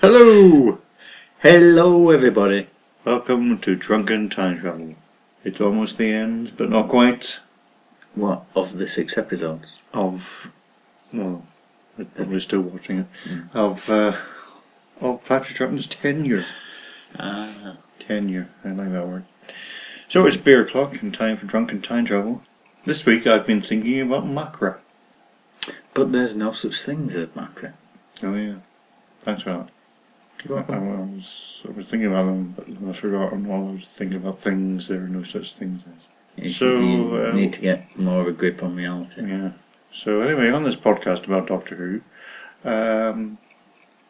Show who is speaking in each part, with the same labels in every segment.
Speaker 1: Hello!
Speaker 2: Hello, everybody.
Speaker 1: Welcome to Drunken Time Travel. It's almost the end, but not quite,
Speaker 2: What of the six episodes?
Speaker 1: of. Well, we're probably still watching it. Of, uh, of Patrick Troughton's tenure.
Speaker 2: Ah,
Speaker 1: Tenure, I like that word. So it's beer o'clock and time for Drunken Time Travel. This week I've been thinking about macra.
Speaker 2: but there's no such thing as a macra.
Speaker 1: Oh, yeah. Thanks for that. I, I was, I was thinking about them, but I forgot. And while I was thinking about things, there are no such things as.
Speaker 2: You,
Speaker 1: So,
Speaker 2: you
Speaker 1: uh,
Speaker 2: need to get more of a grip on reality.
Speaker 1: Yeah. So anyway, on this podcast about Doctor Who, um,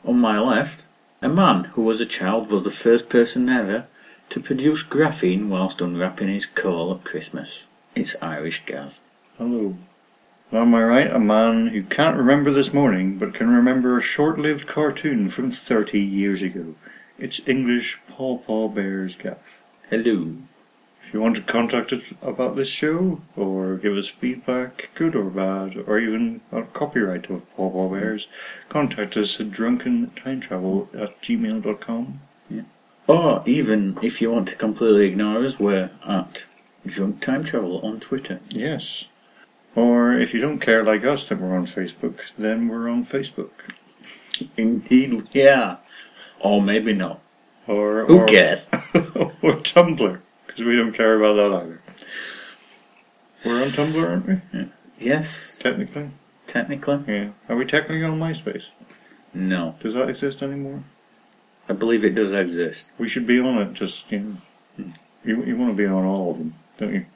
Speaker 2: On my left, a man who was a child was the first person ever to produce graphene whilst unwrapping his coal at Christmas. It's Irish Gav.
Speaker 1: hello. On my right, a man who can't remember this morning, but can remember a short-lived cartoon from 30 years ago. It's English Paw Paw Bears Gap.
Speaker 2: Hello.
Speaker 1: If you want to contact us about this show, or give us feedback, good or bad, or even a copyright of Paw Paw Bears, contact us at drunkenTimeTravel at gmail.com.
Speaker 2: Or even if you want to completely ignore us, we're at Drunk Time Travel on Twitter.
Speaker 1: Yes. Or if you don't care like us that we're on Facebook, then we're on Facebook.
Speaker 2: Indeed, we are. Or maybe not.
Speaker 1: Or
Speaker 2: Who
Speaker 1: or,
Speaker 2: cares?
Speaker 1: or Tumblr, because we don't care about that either. We're on Tumblr, aren't we?
Speaker 2: Yes,
Speaker 1: Technically,
Speaker 2: technically.
Speaker 1: yeah. Are we technically on MySpace?
Speaker 2: No.
Speaker 1: Does that exist anymore?
Speaker 2: I believe it does exist.
Speaker 1: We should be on it. Just you know, you you want to be on all of them, don't you?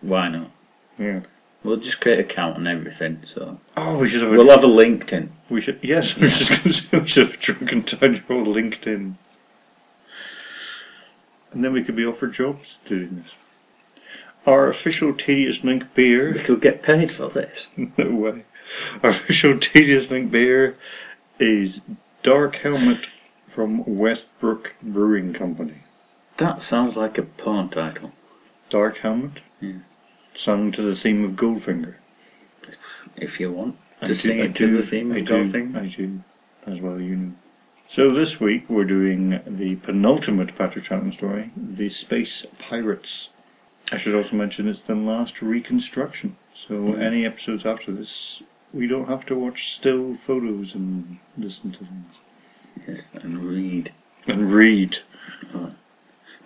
Speaker 2: Why not?
Speaker 1: Yeah.
Speaker 2: We'll just create an account and everything, so
Speaker 1: Oh, we should have a.
Speaker 2: we'll have a LinkedIn.
Speaker 1: we should. Yes, I was just going to say we should have a drunken tangible LinkedIn. And then we could be offered jobs doing this. Our official tedious link beer.
Speaker 2: We could get paid for this.
Speaker 1: No way. Our official tedious link beer is Dark Helmet from Westbrook Brewing Company.
Speaker 2: That sounds like a porn title.
Speaker 1: Dark Helmet?
Speaker 2: Yes.
Speaker 1: Sung to the theme of Goldfinger.
Speaker 2: If you want
Speaker 1: I
Speaker 2: to
Speaker 1: do-
Speaker 2: sing
Speaker 1: I
Speaker 2: it to
Speaker 1: do-
Speaker 2: the theme
Speaker 1: I
Speaker 2: of
Speaker 1: do-
Speaker 2: Goldfinger.
Speaker 1: I do, as well, you know. So this week we're doing the penultimate Patrick Troughton story, The Space Pirates. I should also mention it's the last reconstruction, so any episodes after this, we don't have to watch still photos and listen to things.
Speaker 2: Yes, and read.
Speaker 1: And read.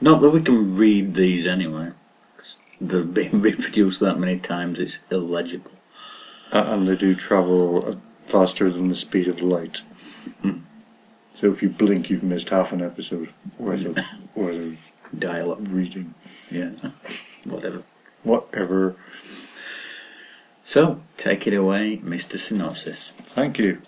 Speaker 2: Not that we can read these anyway. 'cause They've been reproduced that many times, it's illegible.
Speaker 1: Uh, and they do travel uh, faster than the speed of light. Hmm. So if you blink, you've missed half an episode worth of, worth of
Speaker 2: Dialogue,
Speaker 1: reading.
Speaker 2: yeah. Whatever.
Speaker 1: Whatever.
Speaker 2: So, take it away, Mr. Synopsis.
Speaker 1: Thank you.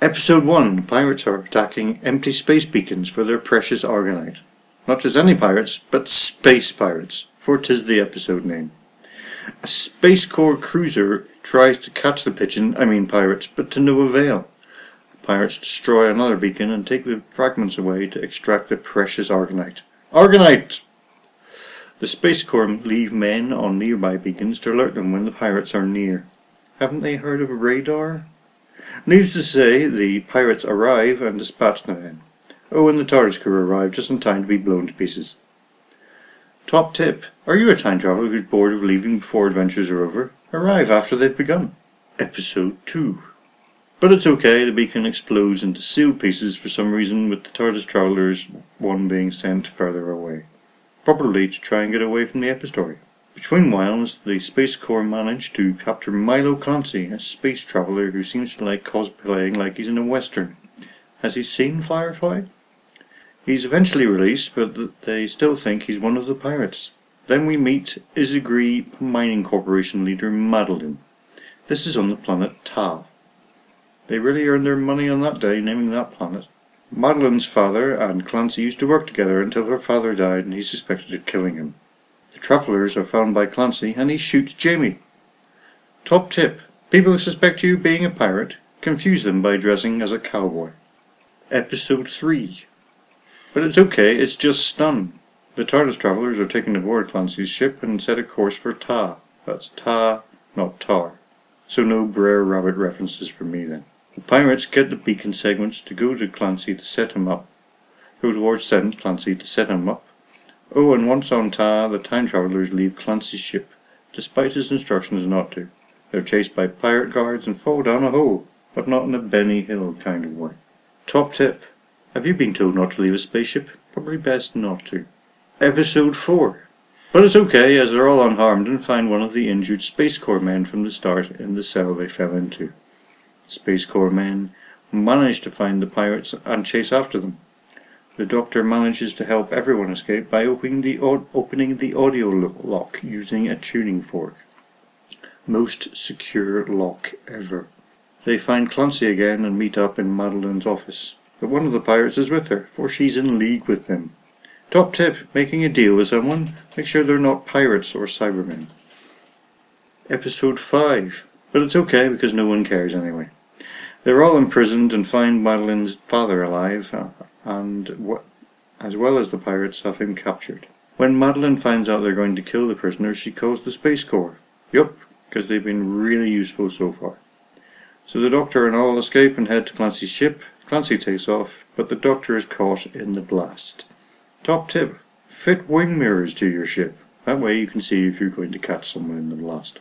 Speaker 1: Episode 1 Pirates are attacking empty space beacons for their precious Argonite. Not just any pirates, but space pirates, for 'tis the episode name. A Space Corps cruiser tries to catch the pigeon, I mean pirates, but to no avail. Pirates destroy another beacon and take the fragments away to extract the precious Argonite. Argonite! The Space Corps leave men on nearby beacons to alert them when the pirates are near. Haven't they heard of radar? Needless to say, the pirates arrive and dispatch the men. Oh, and the TARDIS crew arrive just in time to be blown to pieces. Top tip. Are you a time traveler who's bored of leaving before adventures are over? Arrive after they've begun. Episode 2. But it's okay, the beacon explodes into sealed pieces for some reason, with the TARDIS travelers, one being sent further away. Probably to try and get away from the epistory. Between whiles, the Space Corps managed to capture Milo Clancy, a space traveler who seems to like cosplaying like he's in a western. Has he seen Firefly? He's eventually released, but th- they still think he's one of the pirates. Then we meet Isigree Mining Corporation leader Madeline. This is on the planet Tal. They really earned their money on that day naming that planet. Madeline's father and Clancy used to work together until her father died and he suspected of killing him. The travellers are found by Clancy and he shoots Jamie. Top tip people who suspect you being a pirate, confuse them by dressing as a cowboy. Episode 3. But it's okay, it's just stun. The TARDIS travellers are taken aboard Clancy's ship and set a course for Ta. That's Ta, not Tar. So no Brer Rabbit references for me then. The pirates get the beacon segments to go to Clancy to set him up. Go towards Sen Clancy to set him up. Oh, and once on Tar, the time travelers leave Clancy's ship, despite his instructions not to. They're chased by pirate guards and fall down a hole, but not in a Benny Hill kind of way. Top tip. Have you been told not to leave a spaceship? Probably best not to. Episode 4. But it's okay, as they're all unharmed and find one of the injured Space Corps men from the start in the cell they fell into. Space Corps men manage to find the pirates and chase after them. The doctor manages to help everyone escape by opening the, au- opening the audio lo- lock using a tuning fork. Most secure lock ever. They find Clancy again and meet up in Madeline's office. But one of the pirates is with her, for she's in league with them. Top tip making a deal with someone, make sure they're not pirates or cybermen. Episode 5. But it's okay because no one cares anyway. They're all imprisoned and find Madeline's father alive, uh, and wh- as well as the pirates have him captured. When Madeline finds out they're going to kill the prisoners, she calls the Space Corps. Yup, because they've been really useful so far. So the Doctor and all escape and head to Clancy's ship. Clancy takes off, but the Doctor is caught in the blast. Top tip fit wing mirrors to your ship. That way you can see if you're going to catch someone in the blast.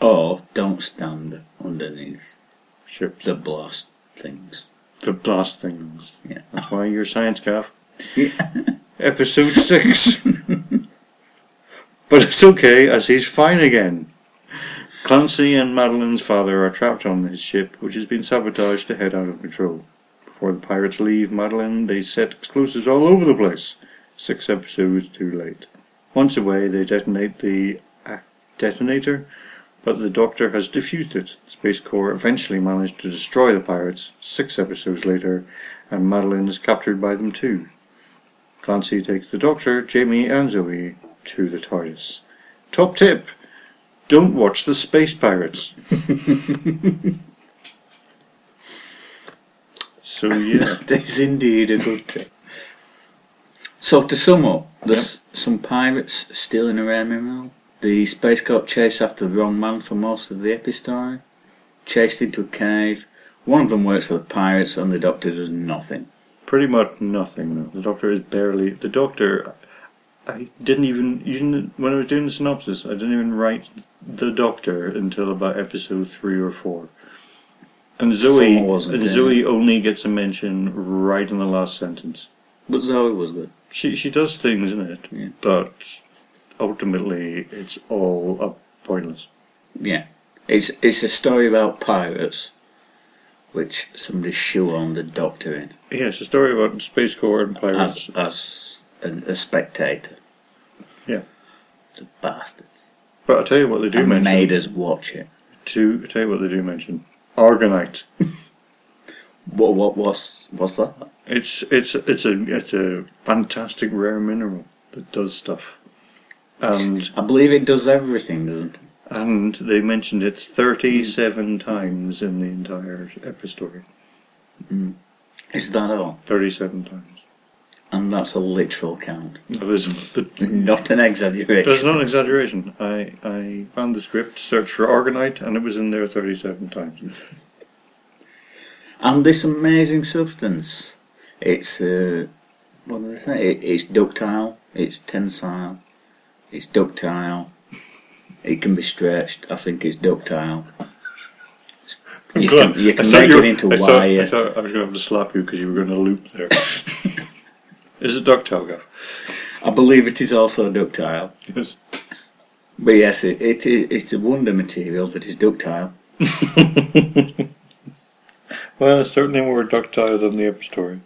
Speaker 2: Or don't stand underneath
Speaker 1: Ships.
Speaker 2: the blast things.
Speaker 1: the blast things.
Speaker 2: Yeah.
Speaker 1: That's why you're a science gaff. Episode 6. but it's okay, as he's fine again. Clancy and Madeline's father are trapped on his ship, which has been sabotaged to head out of control. Before the pirates leave Madeline, they set explosives all over the place. Six episodes too late. Once away, they detonate the uh, detonator, but the Doctor has defused it. Space Corps eventually managed to destroy the pirates six episodes later, and Madeline is captured by them too. Clancy takes the Doctor, Jamie, and Zoe to the TARDIS. Top tip! Don't watch the Space Pirates. so yeah,
Speaker 2: That is indeed a good tip. So to sum up, there's some pirates stealing a rare mineral. The space cop chased after the wrong man for most of the epistory. Chased into a cave. One of them works for the pirates, and the doctor does nothing.
Speaker 1: pretty much nothing. though. The Doctor is barely the Doctor. I didn't even even when I was doing the synopsis, I didn't even write the Doctor until about episode three or four. And Zoe
Speaker 2: Four wasn't
Speaker 1: and
Speaker 2: in
Speaker 1: Zoe only gets a mention right in the last sentence.
Speaker 2: But Zoe was good.
Speaker 1: She she does things in it,
Speaker 2: Yeah.
Speaker 1: but ultimately it's all up pointless.
Speaker 2: Yeah, it's it's a story about pirates, which somebody shoehorned the doctor in
Speaker 1: Yeah, it's a story about Space Corps and pirates.
Speaker 2: as as a, a spectator.
Speaker 1: Yeah.
Speaker 2: the bastards.
Speaker 1: but I tell you what they do
Speaker 2: and
Speaker 1: mention.
Speaker 2: made us watch it.
Speaker 1: To tell you what they do mention. Argonite.
Speaker 2: What what was what's that?
Speaker 1: It's it's it's a it's a fantastic rare mineral that does stuff, and
Speaker 2: I believe it does everything, doesn't it?
Speaker 1: and they mentioned it thirty seven times in the entire epistory.
Speaker 2: Is that all?
Speaker 1: Thirty seven times.
Speaker 2: And that's a literal count,
Speaker 1: That is, but
Speaker 2: not an
Speaker 1: that's
Speaker 2: exaggeration.
Speaker 1: not an exaggeration. I I found the script, searched for argonite, and it was in there thirty seven times.
Speaker 2: And this amazing substance, it's uh, what do they say? It, it's ductile, it's tensile, it's ductile. It can be stretched. I think it's ductile. You can, you
Speaker 1: I
Speaker 2: can
Speaker 1: thought
Speaker 2: make
Speaker 1: you were-
Speaker 2: it into
Speaker 1: I thought- I
Speaker 2: wire.
Speaker 1: thought I was going to have to slap you because you were going to loop there. is it ductile, Gav?
Speaker 2: I believe it is also ductile.
Speaker 1: Yes.
Speaker 2: But yes, it, it, it it's a wonder material that is ductile.
Speaker 1: Well, it's certainly more ductile than the epistory.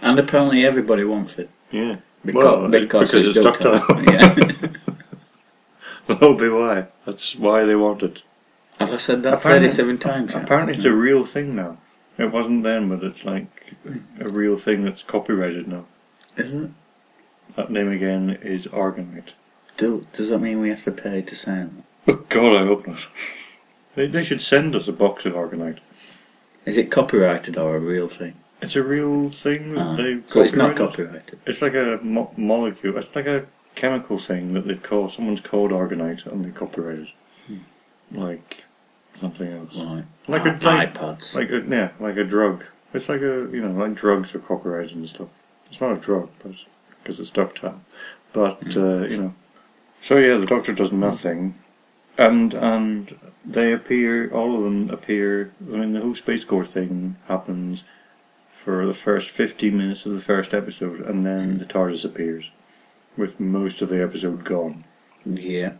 Speaker 2: And apparently everybody wants it.
Speaker 1: Yeah.
Speaker 2: Beca-
Speaker 1: Well, it- because it's ductile.
Speaker 2: yeah.
Speaker 1: That'll Oh, be why. That's why they want it. Hmm.
Speaker 2: Have I said that
Speaker 1: Apparently-
Speaker 2: 37 times? now?
Speaker 1: Apparently, it's a real thing now. It wasn't then, but it's like a real thing that's copyrighted now.
Speaker 2: Isn't it?
Speaker 1: That name again is Argonite.
Speaker 2: Do, does that mean we have to pay to say that?
Speaker 1: Oh God, I hope not. They, they should send us a box of Argonite.
Speaker 2: Is it copyrighted or a real thing?
Speaker 1: It's a real thing. that
Speaker 2: Ah,
Speaker 1: they
Speaker 2: so it's not
Speaker 1: copyrighted.
Speaker 2: copyrighted.
Speaker 1: It's like a mo- molecule. It's like a chemical thing that they've called. Someone's called argonite and they copyrighted. Like something else.
Speaker 2: Right.
Speaker 1: Like
Speaker 2: I-
Speaker 1: a- like-
Speaker 2: Ah, iPads.
Speaker 1: Like a, yeah, like a drug. It's like a you know like drugs or copyright and stuff. It's not a drug, but because it's ductile. But uh, you know, so yeah, the Doctor does nothing, and and they appear. All of them appear. I mean, the whole space gore thing happens for the first fifteen minutes of the first episode, and then the TARDIS appears, with most of the episode gone.
Speaker 2: yeah. Mm-hmm.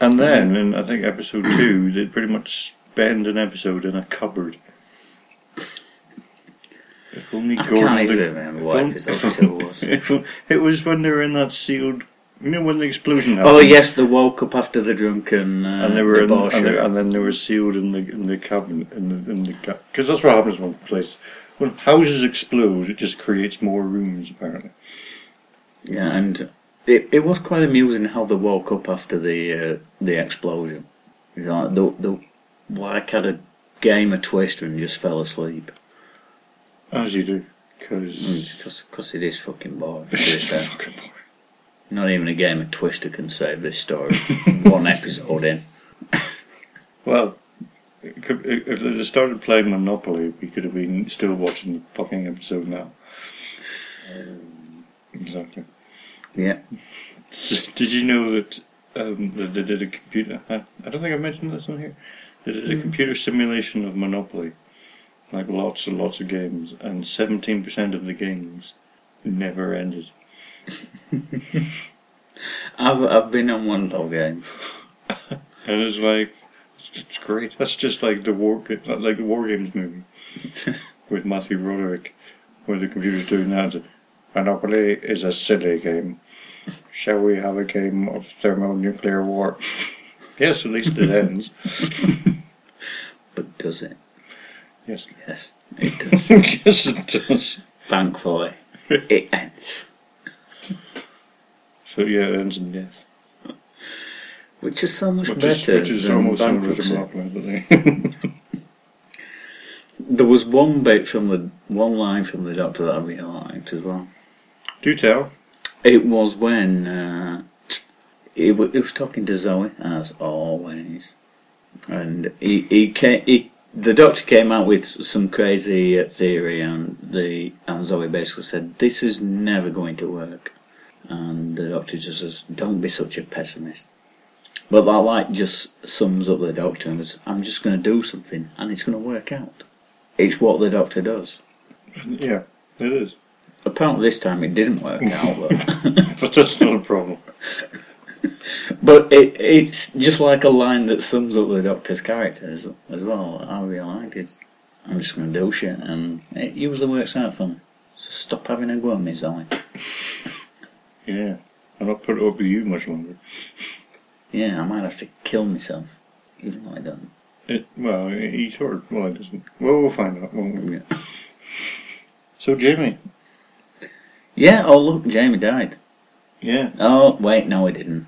Speaker 1: And then, in I think episode two, they pretty much spend an episode in a cupboard. If only
Speaker 2: I
Speaker 1: Gordon.
Speaker 2: can't
Speaker 1: the-
Speaker 2: even remember
Speaker 1: if
Speaker 2: what
Speaker 1: on-
Speaker 2: episode two was.
Speaker 1: if- it was when they were in that sealed. You know when the explosion happened.
Speaker 2: Oh yes, they woke up after the drunken uh,
Speaker 1: And they were in,
Speaker 2: debauchery.
Speaker 1: and, they, and then they were sealed in the in the cabin in the in the because that's what happens when place when houses explode it just creates more rooms apparently
Speaker 2: Yeah, and it, it was quite amusing how they woke up after the uh, the explosion. You know, the the like had a game of Twister and just fell asleep
Speaker 1: as you do because
Speaker 2: because it is fucking boring. to be
Speaker 1: it's
Speaker 2: fair.
Speaker 1: fucking boring.
Speaker 2: Not even a game of Twister can save this story. One episode in.
Speaker 1: Well, it could, i- if they'd have started playing Monopoly, we could have been still watching the fucking episode now. Exactly.
Speaker 2: Yeah,
Speaker 1: Did you know that, um, that they did a computer? I, I don't think I mentioned this on here. They did a computer simulation of Monopoly, like lots and lots of games, and seventeen percent of the games never ended.
Speaker 2: I've I've been on one of those games.
Speaker 1: And it's like, it's, it's great. That's just like the war, Ga- like the War Games movie with Matthew Roderick, where the computer's doing that. Monopoly is a silly game. Shall we have a game of thermonuclear war? yes, at least it ends.
Speaker 2: But does it?
Speaker 1: Yes,
Speaker 2: Yes, it does.
Speaker 1: yes, it does.
Speaker 2: Thankfully, it ends,
Speaker 1: So yeah, it ends in death,
Speaker 2: which is so much
Speaker 1: which is
Speaker 2: better
Speaker 1: which is
Speaker 2: than
Speaker 1: almost similar to
Speaker 2: bankruptcy.
Speaker 1: Monopoly, but they
Speaker 2: There was one bit from the one line from the doctor that I really liked as well.
Speaker 1: do tell.
Speaker 2: It was when uh, he, w- he was talking to Zoe as always, and he he, came, he the doctor came out with some crazy uh, theory, and the and Zoe basically said this is never going to work, and the doctor just says don't be such a pessimist. But that like just sums up the doctor and was I'm just going to do something and it's going to work out. It's what the doctor does.
Speaker 1: Yeah, it is,
Speaker 2: Apparently this time it didn't work out, but.
Speaker 1: but that's not a problem.
Speaker 2: But it, it's just like a line that sums up the Doctor's character as, as well. I really liked it. I'm just going to do shit, and it usually works out for me. So stop having a go at me, Zoe.
Speaker 1: Yeah, I'll not put it over you much longer.
Speaker 2: Yeah, I might have to kill myself, even though I don't.
Speaker 1: It, well, he sort of. Well, it doesn't. Well, we'll find out, won't we?
Speaker 2: Yeah.
Speaker 1: So, Jimmy.
Speaker 2: Yeah, oh look, Jamie died.
Speaker 1: Yeah.
Speaker 2: Oh, wait, no, he didn't.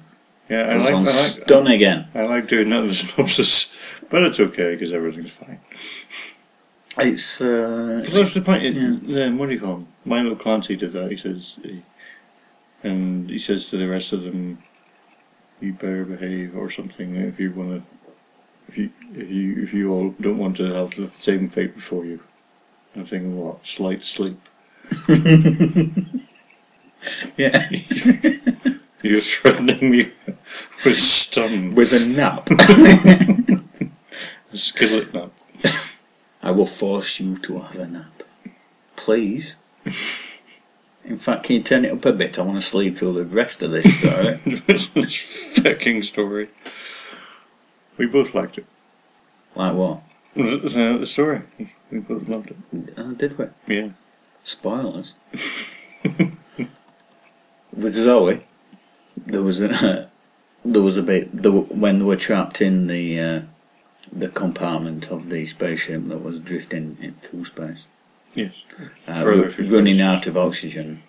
Speaker 1: Yeah, I
Speaker 2: He was
Speaker 1: like, I,
Speaker 2: on
Speaker 1: like,
Speaker 2: stun again.
Speaker 1: I like doing that in the synopsis, but it's okay because everything's fine.
Speaker 2: It's, uh.
Speaker 1: But that's the point. It,
Speaker 2: Yeah.
Speaker 1: Then, what do you call him? Milo Clancy did that. He says. He, and he says to the rest of them, you better behave or something if you want to. If you, if you if you all don't want to have the same fate before you, I'm thinking what slight sleep.
Speaker 2: Yeah.
Speaker 1: You're threatening me with stun,
Speaker 2: With a nap.
Speaker 1: a skillet nap.
Speaker 2: I will force you to have a nap. Please. In fact, can you turn it up a bit? I want to sleep through the rest of this story.
Speaker 1: this fucking story. We both liked it.
Speaker 2: like what?
Speaker 1: Uh, the story. We both loved it.
Speaker 2: Uh, did we?
Speaker 1: Yeah.
Speaker 2: Spoilers. With Zoe, there was a there was a bit the, when they were trapped in the uh, the compartment of the spaceship that was drifting into space.
Speaker 1: Yes.
Speaker 2: uh,
Speaker 1: Further
Speaker 2: ru-
Speaker 1: through
Speaker 2: running
Speaker 1: space.
Speaker 2: out of oxygen.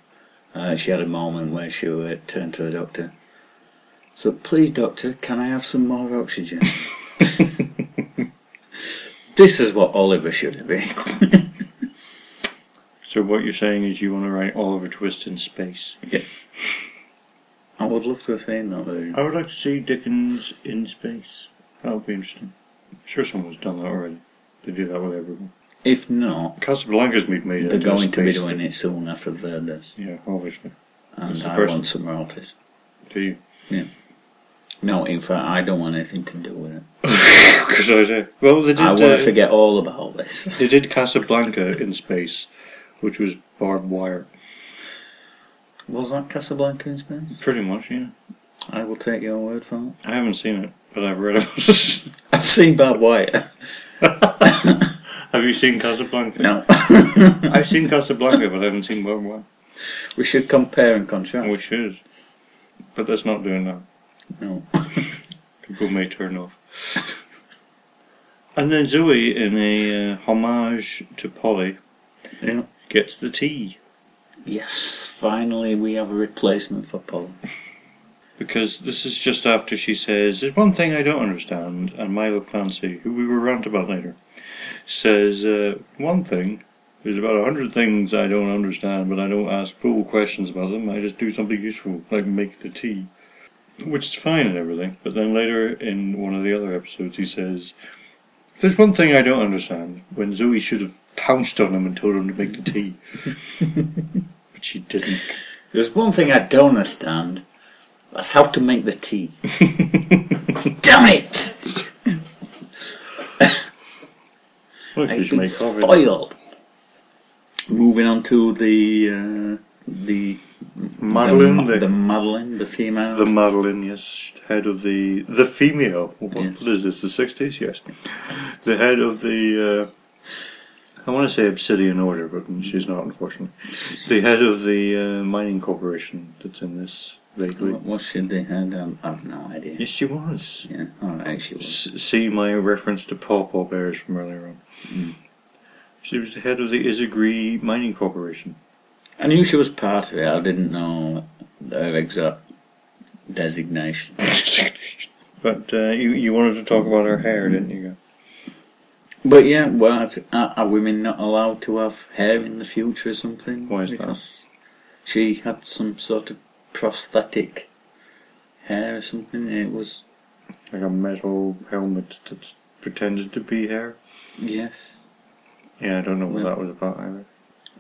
Speaker 2: Uh, she had a moment where she uh, turned to the doctor. So, please, doctor, can I have some more oxygen? this is what Oliver should be.
Speaker 1: So what you're saying is you want to write Oliver Twist in space.
Speaker 2: I would love to have seen that version.
Speaker 1: I would like to see Dickens in space. That would be interesting. sure someone's done that already. They do that with everyone.
Speaker 2: If not,
Speaker 1: Casablanca's been made
Speaker 2: they're
Speaker 1: into a
Speaker 2: going to be
Speaker 1: space
Speaker 2: doing it soon after the third does.
Speaker 1: thing. Yeah, obviously.
Speaker 2: And
Speaker 1: It's the
Speaker 2: I
Speaker 1: first-
Speaker 2: want some royalties.
Speaker 1: Do you?
Speaker 2: No, in fact, I don't want anything to do with it.
Speaker 1: Because I do. Well, they did.
Speaker 2: I want
Speaker 1: uh,
Speaker 2: to forget all about this.
Speaker 1: They did Casablanca in space, which was barbed wire.
Speaker 2: Was that Casablanca in space?
Speaker 1: Pretty much, yeah.
Speaker 2: I will take your word for it.
Speaker 1: I haven't seen it, but I've read about it.
Speaker 2: I've seen Bad Wire.
Speaker 1: Have you seen Casablanca?
Speaker 2: No.
Speaker 1: I've seen Casablanca, but I haven't seen barbed wire.
Speaker 2: We should compare and contrast.
Speaker 1: Which is. But that's not doing that.
Speaker 2: No.
Speaker 1: People may turn off. and then Zoe, in a uh, homage to Polly,
Speaker 2: Yeah.
Speaker 1: gets the tea.
Speaker 2: Yes, finally we have a replacement for Paul.
Speaker 1: Because this is just after she says, There's one thing I don't understand, and Milo Clancy, who we will rant about later, says, uh, One thing, there's about a hundred things I don't understand, but I don't ask fool questions about them, I just do something useful, like make the tea. Which is fine and everything, but then later in one of the other episodes he says, There's one thing I don't understand, when Zoe should have pounced on him and told him to make the tea. but she didn't.
Speaker 2: There's one thing I don't understand. That's how to make the tea. Damn it!
Speaker 1: Well,
Speaker 2: I've
Speaker 1: she's
Speaker 2: been
Speaker 1: made coffee.
Speaker 2: foiled. Moving on to the uh, the
Speaker 1: Madeline,
Speaker 2: the, ma-
Speaker 1: the-
Speaker 2: the Madeline, the female.
Speaker 1: The Madeline, yes, head of the the female. What
Speaker 2: Yes.
Speaker 1: is this? The sixties, yes. The head of the. Uh, I want to say Obsidian Order, but she's not, unfortunately. The head of the uh, mining corporation that's in this vaguely.
Speaker 2: what, what should they had? Um, I've no idea.
Speaker 1: Yes, she was.
Speaker 2: Yeah, all right, she was.
Speaker 1: S- see my reference to Paw Paw Bears from earlier on. She was the head of the Isagree Mining Corporation.
Speaker 2: I knew she was part of it. I didn't know her exact designation.
Speaker 1: but uh, you you wanted to talk about her hair, didn't you?
Speaker 2: But yeah, well, it's- are, are women not allowed to have hair in the future or something?
Speaker 1: Why is that?
Speaker 2: Because She had some sort of prosthetic hair or something. It was
Speaker 1: Like a metal helmet that's pretended to be hair.
Speaker 2: yes,
Speaker 1: Yeah, I don't know what
Speaker 2: Yeah.
Speaker 1: that was about either.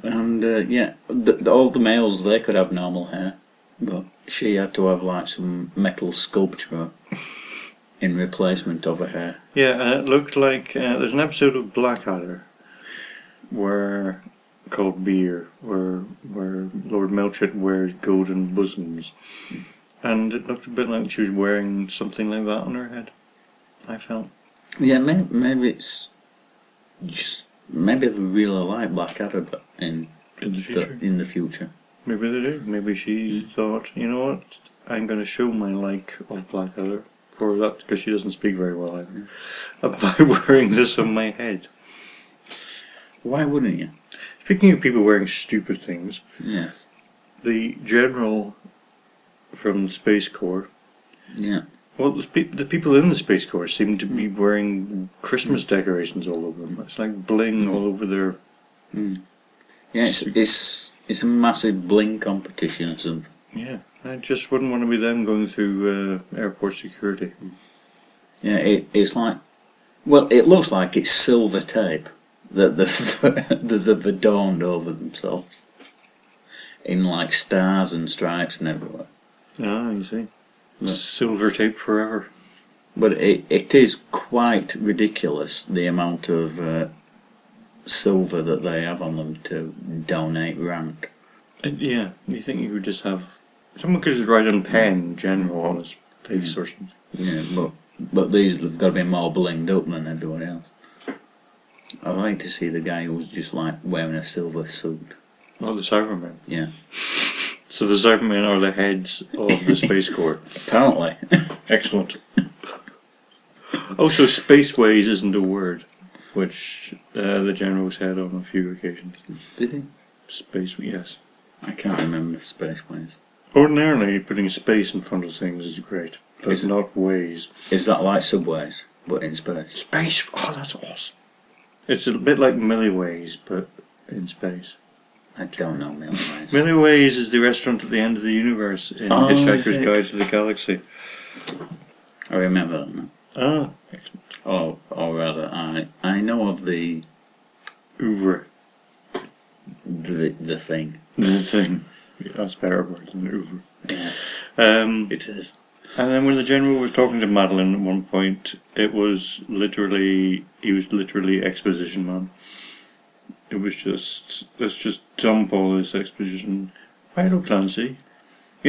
Speaker 2: and uh, yeah, the, the, all the males they could have normal hair, but she had to have like some metal sculpture in replacement of her hair.
Speaker 1: Yeah, and it looked like uh, there's an episode of Blackadder where called Beer, where where Lord Melchett wears golden bosoms, and it looked a bit like she was wearing something like that on her head. I felt
Speaker 2: Yeah, maybe, maybe it's just maybe they really like Blackadder, but in
Speaker 1: in the
Speaker 2: the,
Speaker 1: future.
Speaker 2: in the future.
Speaker 1: Maybe they do. Maybe she thought, you know what, I'm going to show my like of Blackadder for that because she doesn't speak very well either, by wearing this on my head.
Speaker 2: Why wouldn't you?
Speaker 1: Speaking of people wearing stupid things.
Speaker 2: Yes.
Speaker 1: the general from the Space Corps.
Speaker 2: Yeah.
Speaker 1: Well, the, pe- the people in the Space Corps seem to be wearing Christmas decorations all over them. It's like bling all over their.
Speaker 2: Yeah, it's, it's it's a massive bling competition or something.
Speaker 1: Yeah, I just wouldn't want to be them going through uh, airport security.
Speaker 2: Yeah, it, it's like, well, it looks like it's silver tape that they've, that they've adorned over themselves in like stars and stripes and everywhere.
Speaker 1: Ah, you see.
Speaker 2: Yeah.
Speaker 1: Silver tape forever.
Speaker 2: But it, it is quite ridiculous the amount of uh, silver that they have on them to donate rank.
Speaker 1: And, Uh, yeah, you think you would just have. Someone could just write in pen general on his face or something.
Speaker 2: Yeah, but but these have got to be more blinged up than everyone else. I like to see the guy who's just like wearing a silver suit.
Speaker 1: Oh, the Cybermen.
Speaker 2: Yeah,
Speaker 1: So the Cybermen are the heads of the Space Corps.
Speaker 2: apparently.
Speaker 1: Excellent. also, spaceways isn't a word, which uh, the general said on a few occasions.
Speaker 2: Did he?
Speaker 1: Space, yes.
Speaker 2: I can't remember space ways.
Speaker 1: Ordinarily, putting space in front of things is great, but
Speaker 2: Is it-
Speaker 1: not ways.
Speaker 2: Is that like subways, but in space?
Speaker 1: Space, oh, that's awesome. It's a bit like Millie Ways, but in space.
Speaker 2: I don't know Millie Ways.
Speaker 1: Millie Ways is the restaurant at the end of the universe in
Speaker 2: Oh, is
Speaker 1: Hitchhiker's
Speaker 2: it?
Speaker 1: Guide to the Galaxy.
Speaker 2: I remember that now.
Speaker 1: Ah,
Speaker 2: Or, or rather, I I know of the
Speaker 1: oeuvre.
Speaker 2: the, the thing.
Speaker 1: This thing. That's a better word than oeuvre.
Speaker 2: Yeah,
Speaker 1: Um,
Speaker 2: it is.
Speaker 1: and then when the general was talking to Madeline at one point, it was literally he was literally exposition man. It was just let's just dump all this exposition. Milo Clancy.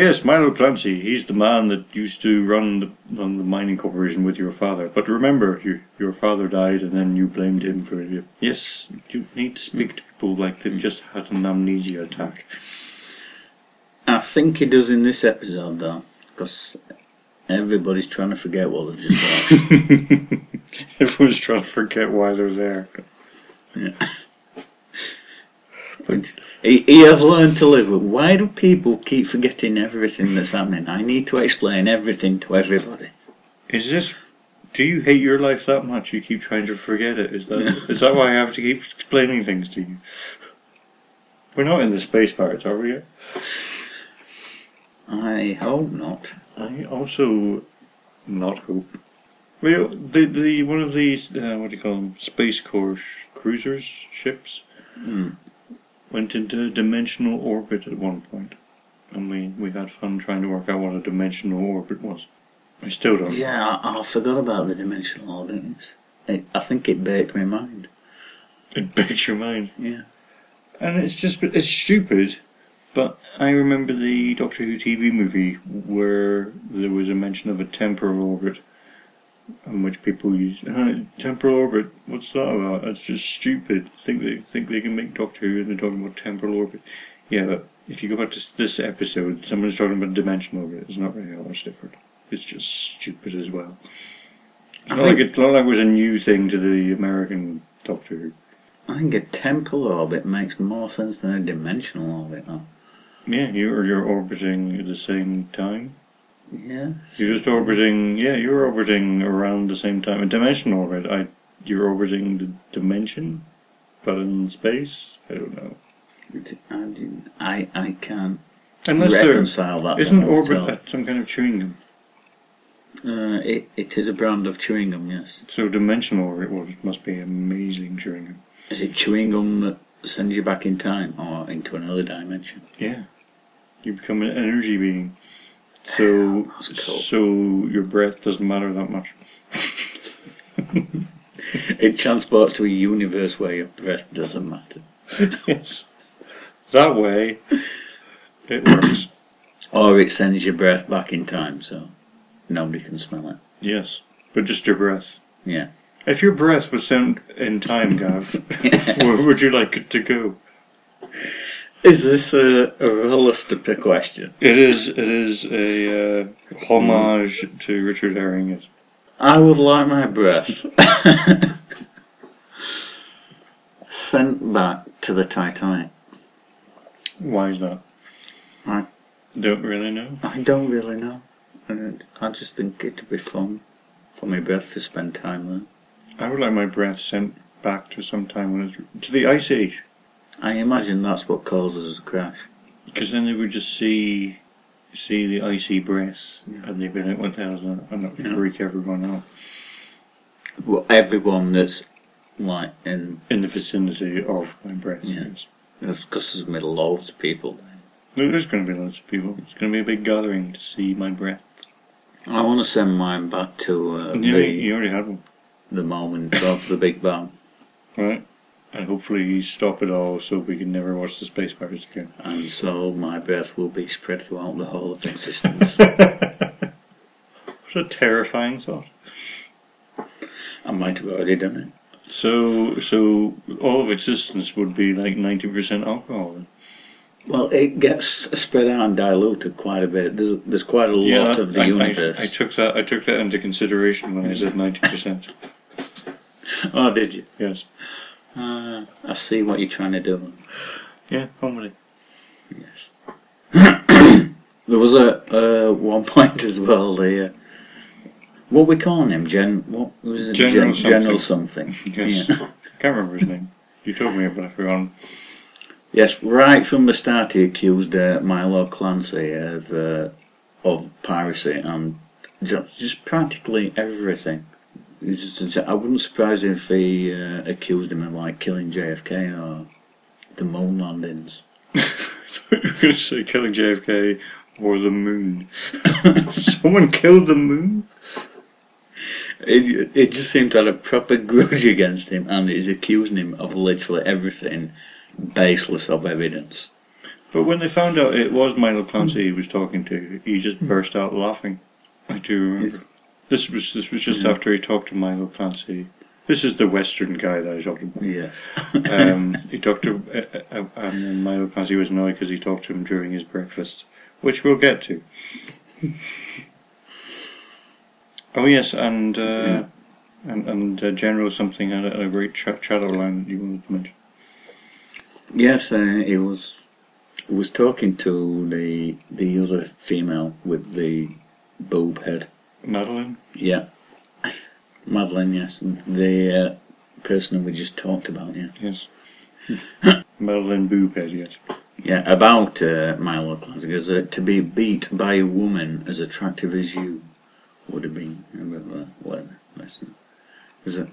Speaker 1: Yes, Milo Clancy. He's the man that used to run the run the mining corporation with your father. But remember, you, your father died, and then you blamed him for it. Yes, you need to speak to people like they've just had an amnesia attack.
Speaker 2: I think he does in this episode though, because everybody's trying to forget what they've just watched.
Speaker 1: Everyone's trying to forget why they're there.
Speaker 2: But he, he has learned to live with. Why do people keep forgetting everything that's happening? I need to explain everything to everybody.
Speaker 1: Is this? Do you hate your life that much? You keep trying to forget it. Is that? is that why I have to keep explaining things to you? We're not in the space pirates, are we? Yet?
Speaker 2: I hope not.
Speaker 1: I also not hope. Well, the the one of these uh, what do you call them? Space Corps sh- cruisers ships
Speaker 2: Hmm.
Speaker 1: went into dimensional orbit at one point, and we we had fun trying to work out what a dimensional orbit was. I still don't.
Speaker 2: Yeah, I, I forgot about the dimensional orbits. It, I think it baked my mind.
Speaker 1: It breaks your mind.
Speaker 2: Yeah.
Speaker 1: And it's just, it's stupid, but I remember the Doctor Who TV movie where there was a mention of a temporal orbit, in which people use uh, temporal orbit. What's that about? That's just stupid. Think they think they can make Doctor Who and they're talking about temporal orbit. Yeah, but if you go back to s- this episode, someone's talking about dimensional orbit. It's not really all that different. It's just stupid as well. It's
Speaker 2: I
Speaker 1: not like
Speaker 2: think-
Speaker 1: it's not like it was a new thing to the American Doctor Who.
Speaker 2: I think a temporal orbit makes more sense than a dimensional orbit, though.
Speaker 1: Yeah, you're you're orbiting at the same time.
Speaker 2: Yes.
Speaker 1: You're just orbiting. Yeah, you're orbiting around the same time. A dimensional orbit. I. You're orbiting the dimension, but in space. I don't know.
Speaker 2: I, didn't- I, I can't
Speaker 1: Unless there
Speaker 2: reconcile that.
Speaker 1: isn't
Speaker 2: one,
Speaker 1: orbit
Speaker 2: so-
Speaker 1: uh, some kind of chewing gum.
Speaker 2: Uh, it, it is a brand of chewing gum, yes.
Speaker 1: So dimensional orbit was, must be amazing chewing gum.
Speaker 2: Is it chewing gum that sends you back in time or into another dimension?
Speaker 1: Yeah, you become an energy being. So
Speaker 2: That's cool.
Speaker 1: so your breath doesn't matter that much.
Speaker 2: It transports to a universe where your breath doesn't matter.
Speaker 1: yes, that way it works.
Speaker 2: Or it sends your breath back in time so nobody can smell it.
Speaker 1: yes, but just your breath.
Speaker 2: Yeah.
Speaker 1: If your breath was sent in time, Gav, where would you like it to go?
Speaker 2: Is this a, a rollerster question?
Speaker 1: It is. It is a uh, homage to Richard Herring. Yes.
Speaker 2: I would like my breath sent back to the Titanic.
Speaker 1: Why is that?
Speaker 2: I-
Speaker 1: don't really know.
Speaker 2: I don't really know. And I just think it'd be fun for my breath to spend time there.
Speaker 1: I would like my breath sent back to some time when it's to the Ice Age,
Speaker 2: I imagine that's what causes a crash.
Speaker 1: because then they would just see see the icy breath,
Speaker 2: Yeah.
Speaker 1: and they'd be like, "What the hell's that?" and that would
Speaker 2: Yeah.
Speaker 1: freak everyone out
Speaker 2: Well, everyone that's like in
Speaker 1: in the vicinity of my breath.
Speaker 2: Yeah.
Speaker 1: Yes.
Speaker 2: because there's gonna be loads of people. there.
Speaker 1: There's going to be loads of people. It's going to be a big gathering to see my breath.
Speaker 2: I want to send mine back to uh,
Speaker 1: You,
Speaker 2: the
Speaker 1: you already had one.
Speaker 2: the moment of the Big Bang.
Speaker 1: Right. And hopefully stop it all so we can never watch the Space Pirates again.
Speaker 2: And so my breath will be spread throughout the whole of existence.
Speaker 1: What a terrifying thought.
Speaker 2: I might have already done it.
Speaker 1: So so all of existence would be like ninety percent alcohol then.
Speaker 2: Well, it gets spread out and diluted quite a bit. There's, there's quite a lot of the
Speaker 1: I, I- I,
Speaker 2: universe.
Speaker 1: took that I took that into consideration when I said ninety percent.
Speaker 2: oh, did you?
Speaker 1: Yes.
Speaker 2: Uh, I see what you're trying to do.
Speaker 1: Yeah, comedy.
Speaker 2: Yes. there was a uh, one point as well. The uh, what we calling him, Gen? What was it?
Speaker 1: General something.
Speaker 2: General something.
Speaker 1: Yes.
Speaker 2: Yeah.
Speaker 1: I can't remember his name. You told me about it for on
Speaker 2: Yes. Right from the start, he accused uh, Milo Clancy of uh, of piracy and just, just practically everything. it's just- I wouldn't surprise him if he uh, accused him of like killing JFK or the moon landings.
Speaker 1: You're going to say killing JFK or the moon. Someone killed the moon?
Speaker 2: It, it just seemed to have a proper grudge against him, and is accusing him of literally everything, baseless of evidence.
Speaker 1: But when they found out it was Milo Clancy he was talking to, he just burst out laughing. I do remember.
Speaker 2: It's-
Speaker 1: this was this was just after he talked to Milo Clancy. This is the Western guy that I talked about.
Speaker 2: Yes.
Speaker 1: um, he talked to, uh, uh, and then Milo Clancy was annoyed because he talked to him during his breakfast, which we'll get to. oh yes, and uh,
Speaker 2: Yeah.
Speaker 1: and and uh, General something had a, a great ch- shadow line that you wanted to mention.
Speaker 2: Yes, uh, he was he was talking to the the other female with the boob head.
Speaker 1: Madeline.
Speaker 2: Yeah, Madeline. Yes, the uh, person we just talked about. Yeah,
Speaker 1: Yes. Madeline Boobhead. Yes.
Speaker 2: yeah. About uh, Milo Classic, is uh, to be beat by a woman as attractive as you would have been. uh, Whatever. Listen, is it?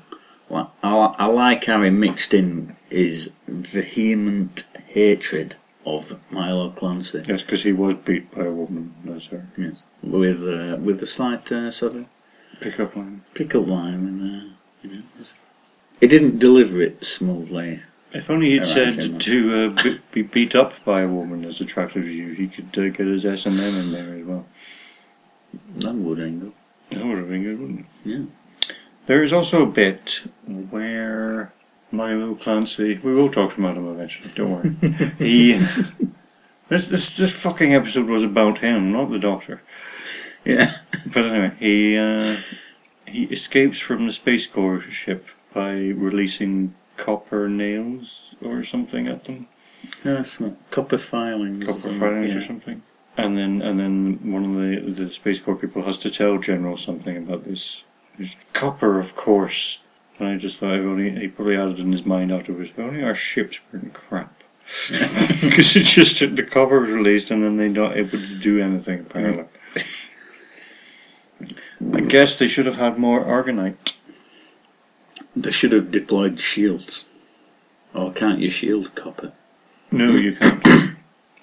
Speaker 2: Well, I, I like how he mixed in his vehement hatred of Milo Clancy.
Speaker 1: Yes, because he was beat by a woman. That's her
Speaker 2: Yes, with uh, with a slight uh, sort of
Speaker 1: pickup line.
Speaker 2: pickup line in there. uh, You know, it's- it didn't deliver it smoothly.
Speaker 1: If only he'd
Speaker 2: Alright, fair
Speaker 1: said
Speaker 2: enough.
Speaker 1: to uh, be, be beat up by a woman as attractive as you, he could uh, get his S and M in there as well.
Speaker 2: That would angle.
Speaker 1: That would have been good, wouldn't it?
Speaker 2: Yeah.
Speaker 1: There is also a bit where Milo Clancy. We will talk about him eventually. Don't worry. he. This, this this fucking episode was about him, not the doctor.
Speaker 2: Yeah.
Speaker 1: But anyway, he uh, he escapes from the space core ship by releasing copper nails or something at them,
Speaker 2: Yeah, some copper filings. or
Speaker 1: copper
Speaker 2: something,
Speaker 1: filings or
Speaker 2: yeah.
Speaker 1: something. And then and then one of the the space core people has to tell General something about this. It's copper, of course. And I just thought, if only he probably added in his mind afterwards, if only our ships weren't crap. Because it just the copper was released, and then they're not able to do anything apparently. I guess they should have had more Argonite.
Speaker 2: They should have deployed shields. Or can't you shield copper?
Speaker 1: No, you can't.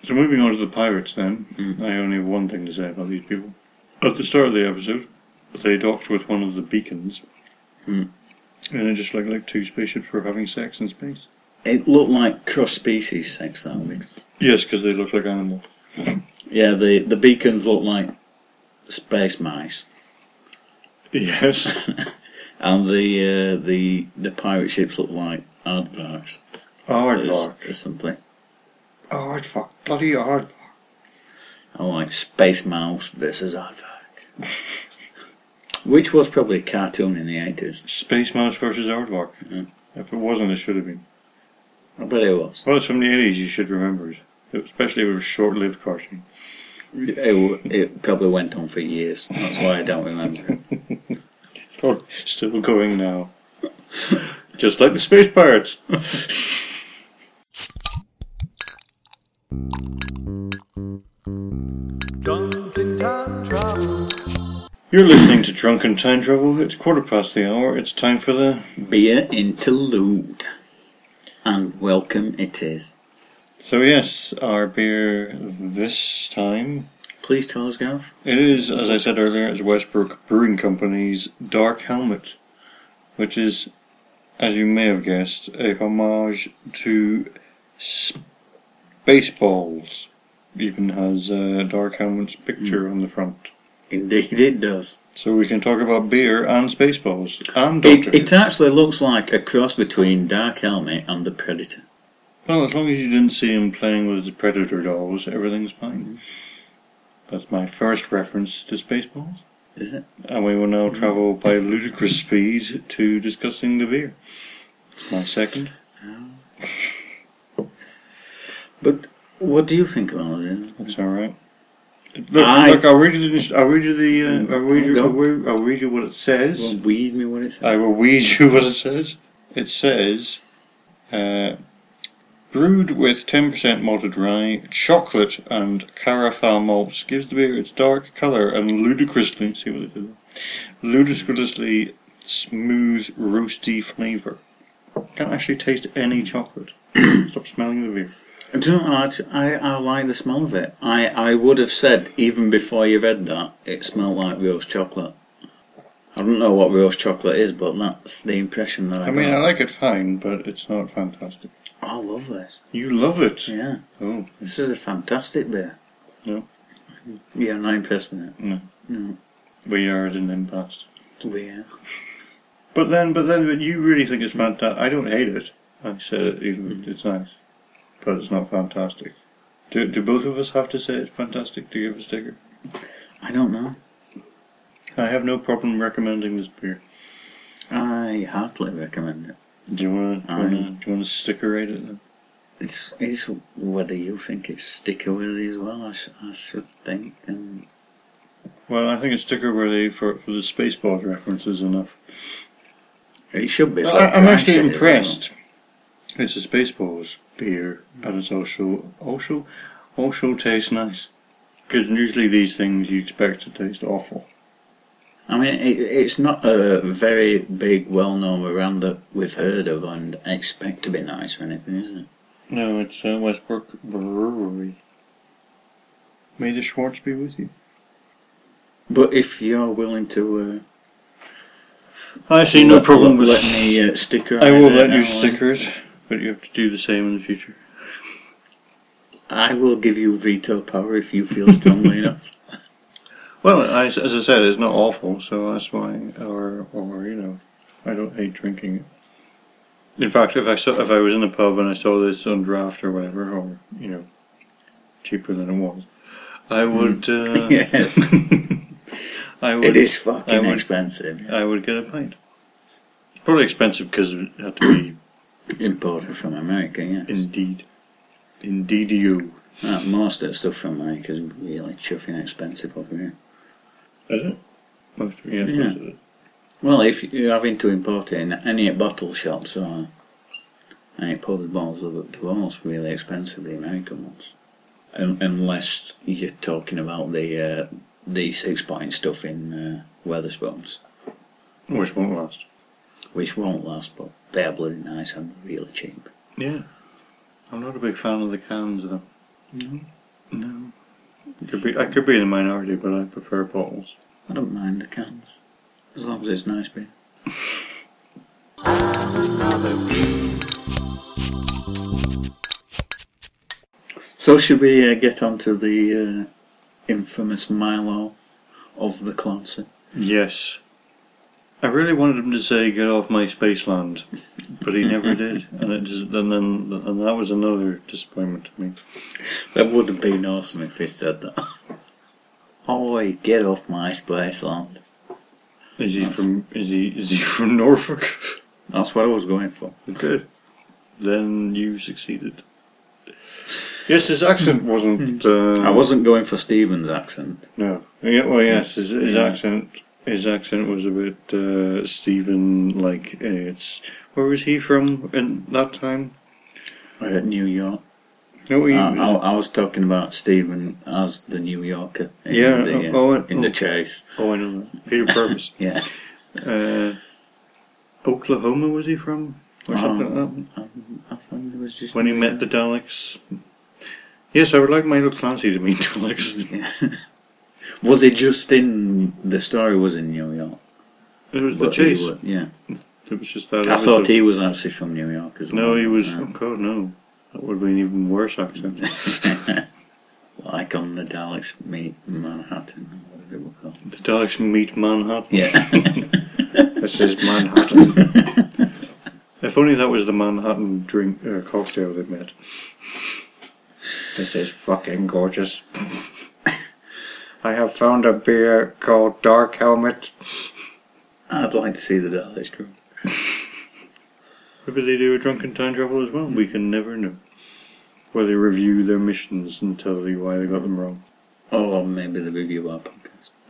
Speaker 1: so moving on to the pirates then, I only have one thing to say about these people. At the start of the episode, they docked with one of the beacons.
Speaker 2: Hmm.
Speaker 1: And it just looked like two spaceships were having sex in space.
Speaker 2: It looked like cross species sex that way.
Speaker 1: Yes, because they looked like animals.
Speaker 2: Yeah, the the beacons look like space mice,
Speaker 1: Yes.
Speaker 2: and the uh, the the pirate ships look like aardvarks.
Speaker 1: Aardvark.
Speaker 2: Or something.
Speaker 1: Aardvark. Bloody Aardvark.
Speaker 2: I like Space Mouse versus Aardvark. Which was probably a cartoon in the 80s.
Speaker 1: Space Mouse versus Aardvark.
Speaker 2: Yeah.
Speaker 1: If it wasn't, it should have been.
Speaker 2: I bet it was.
Speaker 1: Well, it's from the 80s, you should remember it. Especially if it was a short lived cartoon.
Speaker 2: It, w- it probably went on for years. That's why I don't remember. it.
Speaker 1: Probably still going now. Just like the Space Pirates.
Speaker 3: Drunken time trouble.
Speaker 1: You're listening to Drunken Time Travel. It's quarter past the hour. It's time for the.
Speaker 2: Beer interlude. And welcome it is.
Speaker 1: So, yes, our beer this time.
Speaker 2: Please tell us, Gav.
Speaker 1: It is, as I said earlier, it's Westbrook Brewing Company's Dark Helmet, which is, as you may have guessed, a homage to Spaceballs. Even has uh, Dark Helmet's picture
Speaker 2: Hmm.
Speaker 1: on the front.
Speaker 2: Indeed, it does.
Speaker 1: So we can talk about beer and Spaceballs and
Speaker 2: It,
Speaker 1: Doctor. Who.
Speaker 2: it actually looks like a cross between Dark Helmet and the Predator.
Speaker 1: well, as long as you didn't see him playing with his Predator dolls, everything's
Speaker 2: Hmm.
Speaker 1: fine. That's my first reference to Spaceballs.
Speaker 2: Is it?
Speaker 1: And we will now travel by ludicrous speed to discussing the beer. My second.
Speaker 2: But what do you think about it?
Speaker 1: That's all right. Look,
Speaker 2: I-
Speaker 1: look I'll read you the. I'll read you the. Uh, I'll read you.
Speaker 2: Go.
Speaker 1: I'll read, I'll read you what it says.
Speaker 2: Well, weed me what it says.
Speaker 1: I will read you what it says. It says, uh, brewed with 10% malted rye, chocolate, and carafa malts, gives the beer its dark color and ludicrously. See what they did there? Ludicrously smooth, roasty flavour. Can't actually taste any chocolate. Stop smelling the beer.
Speaker 2: I don't know, I, ju- I, I like the smell of it. I, I would have said, even before you read that, it smelled like roast chocolate. I don't know what roast chocolate is, but that's the impression that I,
Speaker 1: I mean,
Speaker 2: got. Oh,
Speaker 1: I like it fine, but it's not fantastic.
Speaker 2: I love this.
Speaker 1: You love it.
Speaker 2: Yeah.
Speaker 1: Oh,
Speaker 2: This is a fantastic beer.
Speaker 1: Yeah.
Speaker 2: Yeah, I'm not impressed with it.
Speaker 1: we are at an impasse.
Speaker 2: Weird.
Speaker 1: But then, but then, but you really think it's fantastic. I don't hate it. I said it, even it's nice, but it's not fantastic. Do, do both of us have to say it's fantastic to give a sticker?
Speaker 2: I don't know.
Speaker 1: I have no problem recommending this beer.
Speaker 2: I heartily recommend it.
Speaker 1: Do you want to
Speaker 2: Aye.
Speaker 1: do you want to stickerate it? Then?
Speaker 2: It's, it's whether you think it's sticker worthy as well, I, sh- I should think. And
Speaker 1: Well, I think it's sticker worthy for for the Spaceballs reference is enough.
Speaker 2: it should be. for
Speaker 1: I, I'm
Speaker 2: price
Speaker 1: actually
Speaker 2: it is,
Speaker 1: impressed. It's a Spaceballs beer, and it's also also also tastes nice. Because usually these things you expect to taste awful.
Speaker 2: I mean, it, it's not a very big, well-known brand that we've heard of and expect to be nice or anything, is it?
Speaker 1: No, it's uh, Westbrook Brewery. May the Schwartz be with you.
Speaker 2: But if you're willing to,
Speaker 1: I
Speaker 2: uh,
Speaker 1: see no
Speaker 2: let-
Speaker 1: problem
Speaker 2: let,
Speaker 1: with
Speaker 2: let me uh, sticker.
Speaker 1: I will let you sticker it, but you have to do the same in the future.
Speaker 2: I will give you veto power if you feel strongly enough.
Speaker 1: Well, I, as I said, it's not awful, so that's why, or or you know, I don't hate drinking it. In fact, if I saw, if I was in a pub and I saw this on draft or whatever, or you know, cheaper than it was, I would. Uh,
Speaker 2: Yes.
Speaker 1: I would.
Speaker 2: It is
Speaker 1: I
Speaker 2: fucking
Speaker 1: would-
Speaker 2: expensive.
Speaker 1: I would get a pint. It's probably expensive because it had to be
Speaker 2: Imported from America, yes.
Speaker 1: Indeed. Indeed you.
Speaker 2: Uh, most of the stuff from America is really chuffing expensive over here.
Speaker 1: Is it? Most of, yeah, I
Speaker 2: Yeah.
Speaker 1: suppose it is.
Speaker 2: Well, if you're having to import it in any bottle shops or any pub bottles are almost really expensive, the American ones. Un- unless you're talking about the uh, the six point stuff in uh, Weatherspoons,
Speaker 1: Which won't last.
Speaker 2: which won't last, but they're bloody nice and really cheap.
Speaker 1: Yeah. I'm not a big fan of the cans though. No. No. Could be, I could be in the minority, but I prefer bottles.
Speaker 2: I don't mind the cans, as long as it's nice beer. So should we uh, get on to the uh, infamous Milo of the Clancy?
Speaker 1: Yes. I really wanted him to say "Get off my spaceland," but he never did, and it just, and then and that was another disappointment to me.
Speaker 2: That would have been awesome if he said that. Oi, get off my space land.
Speaker 1: Is he from? Is he? Is he from Norfolk?
Speaker 2: That's what I was going for.
Speaker 1: Good. Then you succeeded. Yes, his accent wasn't. Uh,
Speaker 2: I wasn't going for Stephen's accent.
Speaker 1: No. Yeah, well, yes, his, his
Speaker 2: Yeah.
Speaker 1: accent. His accent was a bit uh, Stephen like. uh, It's where was he from in that time?
Speaker 2: At New York.
Speaker 1: No, he,
Speaker 2: I, Uh, I, I was talking about Stephen as the New Yorker in
Speaker 1: Yeah,
Speaker 2: the, uh,
Speaker 1: oh, oh,
Speaker 2: in the
Speaker 1: oh.
Speaker 2: chase.
Speaker 1: oh, I know that. Peter Purvis.
Speaker 2: Yeah,
Speaker 1: uh, Oklahoma was he from,
Speaker 2: Uh,
Speaker 1: or something like that?
Speaker 2: Um, I thought it was just
Speaker 1: When he met the Daleks. Yes, I would like Milo Clancy to meet Daleks.
Speaker 2: was it just in the story was in New York?
Speaker 1: It was the
Speaker 2: But he
Speaker 1: chase.
Speaker 2: wa- yeah,
Speaker 1: It was just that.
Speaker 2: I
Speaker 1: episode.
Speaker 2: thought he was actually from New York as well.
Speaker 1: No, he was. Oh
Speaker 2: uh,
Speaker 1: God, no. That would have been even worse accent.
Speaker 2: Uh, like on the Daleks meet Manhattan or whatever it was called.
Speaker 1: the Daleks meet Manhattan.
Speaker 2: Yeah,
Speaker 1: This is Manhattan. if only that was the Manhattan drink uh, cocktail they made. This is fucking gorgeous. I have found a beer called Dark Helmet.
Speaker 2: I'd like to see the Daleks drunk.
Speaker 1: Maybe they do a drunken time travel as well. We can never know. Where they review their missions and tell you why they got them wrong.
Speaker 2: Or maybe the review of our podcast.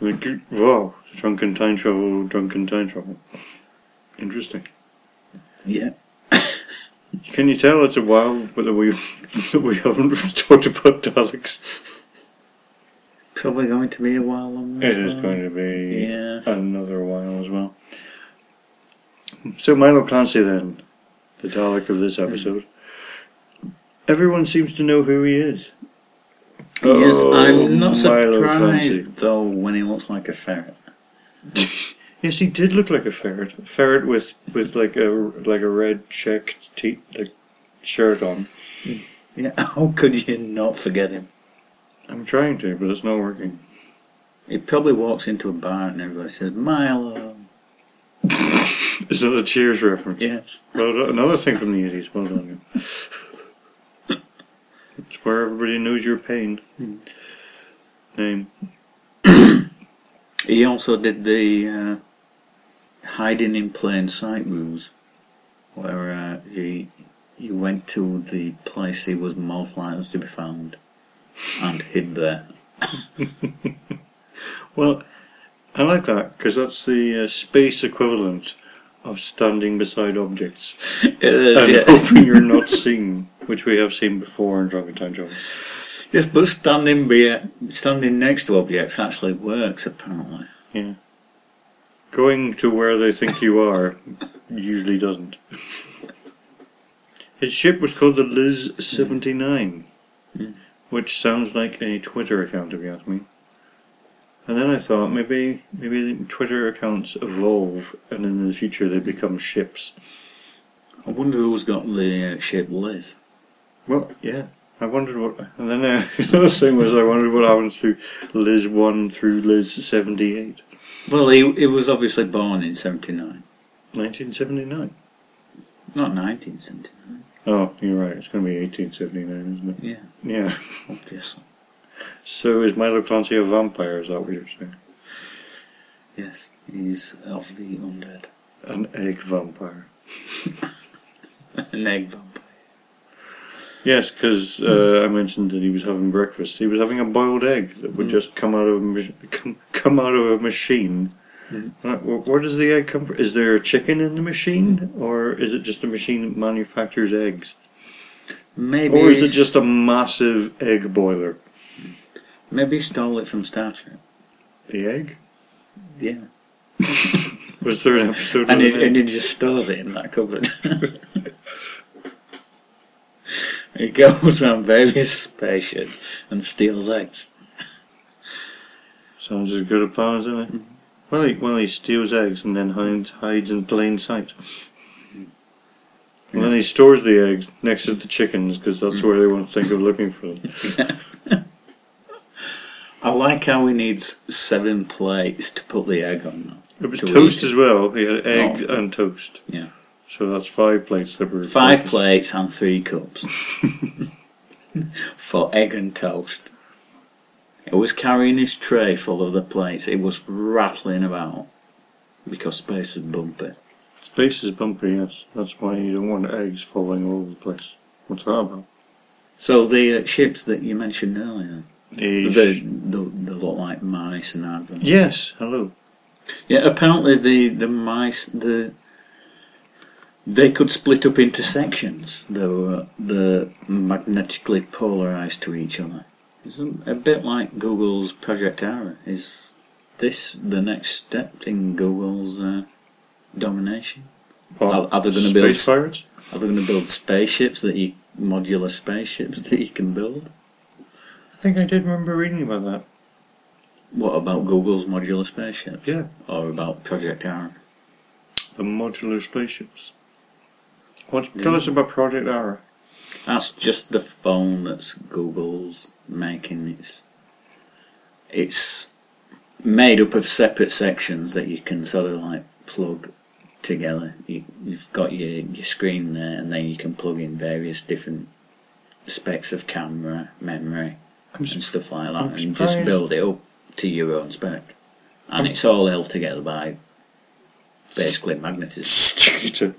Speaker 1: Like, wow, drunken time travel, drunken time travel. Interesting.
Speaker 2: Yeah,
Speaker 1: Can you tell it's a while that we that we haven't talked about Daleks?
Speaker 2: probably going to be a while longer.
Speaker 1: It
Speaker 2: as
Speaker 1: is
Speaker 2: well.
Speaker 1: going to be
Speaker 2: Yeah.
Speaker 1: another while as well. So Milo Clancy then, the Dalek of this episode. Everyone seems to know who he is.
Speaker 2: Yes,
Speaker 1: Oh,
Speaker 2: I'm not
Speaker 1: Milo
Speaker 2: surprised though when he looks like a ferret.
Speaker 1: Yes, he did look like a ferret. A ferret with, with like a like a red checked te- like shirt on.
Speaker 2: Yeah, how could you not forget him?
Speaker 1: I'm trying to, but it's not working.
Speaker 2: He probably walks into a bar and everybody says Milo.
Speaker 1: Is that a Cheers reference?
Speaker 2: Yes.
Speaker 1: Well, th- another thing from the 80s. Well done. you. it's where everybody knows your pain. Name.
Speaker 2: He also did the uh, hiding in plain sight moves, where uh, he he went to the place he was most likely to be found and hid there.
Speaker 1: Well, I like that because that's the uh, space equivalent of standing beside objects
Speaker 2: It is,
Speaker 1: and
Speaker 2: yeah.
Speaker 1: hoping you're not seen, which we have seen before in Drunken Time Trouble.
Speaker 2: Yes, but standing be standing next to objects actually works apparently.
Speaker 1: Yeah. Going to where they think you are usually doesn't. His ship was called the Liz 79, which sounds like a Twitter account, if you ask me. And then I thought maybe maybe Twitter accounts evolve, and in the future they become ships.
Speaker 2: I wonder who's got the uh, ship Liz.
Speaker 1: Well, yeah. I wondered what. And then uh, another thing was I wondered what happened to Liz 1 through Liz 78.
Speaker 2: Well, he, he was obviously born in '79,
Speaker 1: 1979.
Speaker 2: not 1979.
Speaker 1: Oh, you're right. It's going to be 1879, isn't it?
Speaker 2: Yeah,
Speaker 1: Yeah.
Speaker 2: obviously.
Speaker 1: So is Milo Clancy a vampire? Is that what you're saying?
Speaker 2: Yes, he's of the undead,
Speaker 1: An egg vampire?
Speaker 2: an egg vampire.
Speaker 1: Yes, because uh, I mentioned that he was having breakfast. He was having a boiled egg that would just come out of a mach- come, come out of a machine. Uh, wh- Where does the egg come from? Is there a chicken in the machine, or is it just a machine that manufactures eggs,
Speaker 2: Maybe.
Speaker 1: or is it
Speaker 2: he's-
Speaker 1: just a massive egg boiler?
Speaker 2: Maybe he stole it from Star Trek.
Speaker 1: The egg
Speaker 2: Yeah,
Speaker 1: was there an episode?
Speaker 2: and
Speaker 1: on
Speaker 2: he,
Speaker 1: an egg?
Speaker 2: and he just stores it in that cupboard. he goes around various spaceships and steals eggs.
Speaker 1: Sounds as good a plan as any.
Speaker 2: Mm-hmm.
Speaker 1: Well, he, well, he steals eggs and then hides, hides in plain sight.
Speaker 2: Mm-hmm.
Speaker 1: And then he stores the eggs next to the chickens because
Speaker 2: Mm-hmm.
Speaker 1: that's where they won't think of looking for them.
Speaker 2: I like how he needs seven plates to put the egg on. though.
Speaker 1: It was
Speaker 2: To
Speaker 1: toast
Speaker 2: eat. Oh.
Speaker 1: as well. He had egg and toast.
Speaker 2: Yeah.
Speaker 1: So that's five plates that were.
Speaker 2: Five
Speaker 1: plates.
Speaker 2: plates and three cups for egg and toast. He was carrying his tray full of the plates. It was rattling about because space is bumpy.
Speaker 1: Space is bumpy, yes. That's why you don't want eggs falling all over the place. What's that about?
Speaker 2: So the uh, ships that you mentioned earlier,
Speaker 1: The
Speaker 2: they, they, they look like mice and adverts.
Speaker 1: yes, hello.
Speaker 2: Yeah, apparently the the mice the they could split up into sections. They were the magnetically polarized to each other. It's a, a bit like Google's Project Ara. Is this the next step in Google's uh, domination? Are- are they gonna
Speaker 1: Space
Speaker 2: build-
Speaker 1: pirates?
Speaker 2: Are they going to build spaceships that you modular spaceships that you can build?
Speaker 1: I think I did remember reading about that.
Speaker 2: What about Google's modular spaceships?
Speaker 1: Yeah.
Speaker 2: Or about Project Ara?
Speaker 1: the modular spaceships. What, Tell us about Project Ara.
Speaker 2: That's just the phone that's Google's making. It's it's made up of separate sections that you can sort of like plug together. You, you've got your your screen there, and then you can plug in various different specs of camera, memory,
Speaker 1: I'm
Speaker 2: and stuff like
Speaker 1: I'm
Speaker 2: that, and just
Speaker 1: surprised-
Speaker 2: build it up to your own spec. And it's all held together by basically magnetism.
Speaker 1: Cheetah.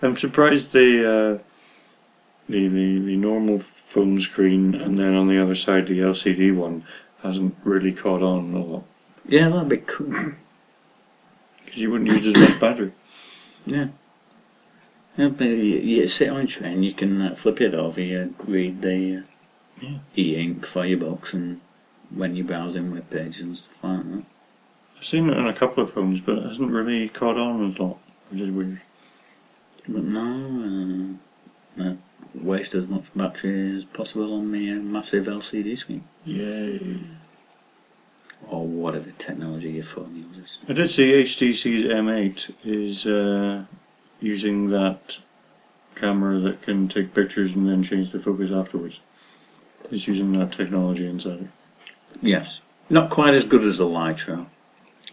Speaker 1: I'm surprised the, uh, the the the normal phone screen and then on the other side the LCD one hasn't really caught on a lot
Speaker 2: Yeah, that'd be cool.
Speaker 1: because you wouldn't use as much battery.
Speaker 2: Yeah. Yeah, but you, you sit on a train, you can uh, flip it over, you read the uh,
Speaker 1: Yeah.
Speaker 2: e-ink for your books and when you're browsing web pages and stuff like that.
Speaker 1: I've seen it on a couple of films, but it hasn't really caught on a lot, which is weird.
Speaker 2: But no, uh, no, waste as much battery as possible on my uh, massive LCD screen
Speaker 1: Yay.
Speaker 2: or whatever technology your phone uses.
Speaker 1: I did see HTC's M8 is uh, using that camera that can take pictures and then change the focus afterwards. It's using that technology inside it.
Speaker 2: Yes, not quite as good as the Lytro,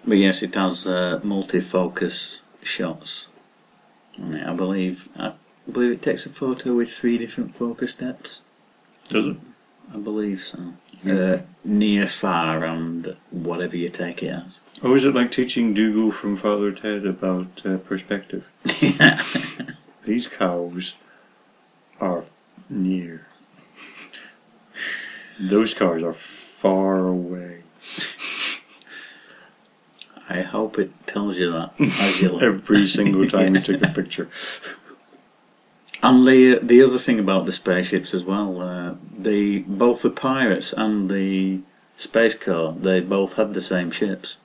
Speaker 2: but yes, it has uh, multi-focus shots. on it. I believe I believe it takes a photo with three different focus depths.
Speaker 1: Does it?
Speaker 2: I believe so. Uh, near, far, and whatever you take it as.
Speaker 1: Or is it like teaching Dougal from Father Ted about uh, perspective? These cows are near. Those cars are far away.
Speaker 2: I hope it tells you that as you look.
Speaker 1: Every single time you take a picture.
Speaker 2: And the the other thing about the spaceships as well, uh, the both the pirates and the space corps, they both had the same ships.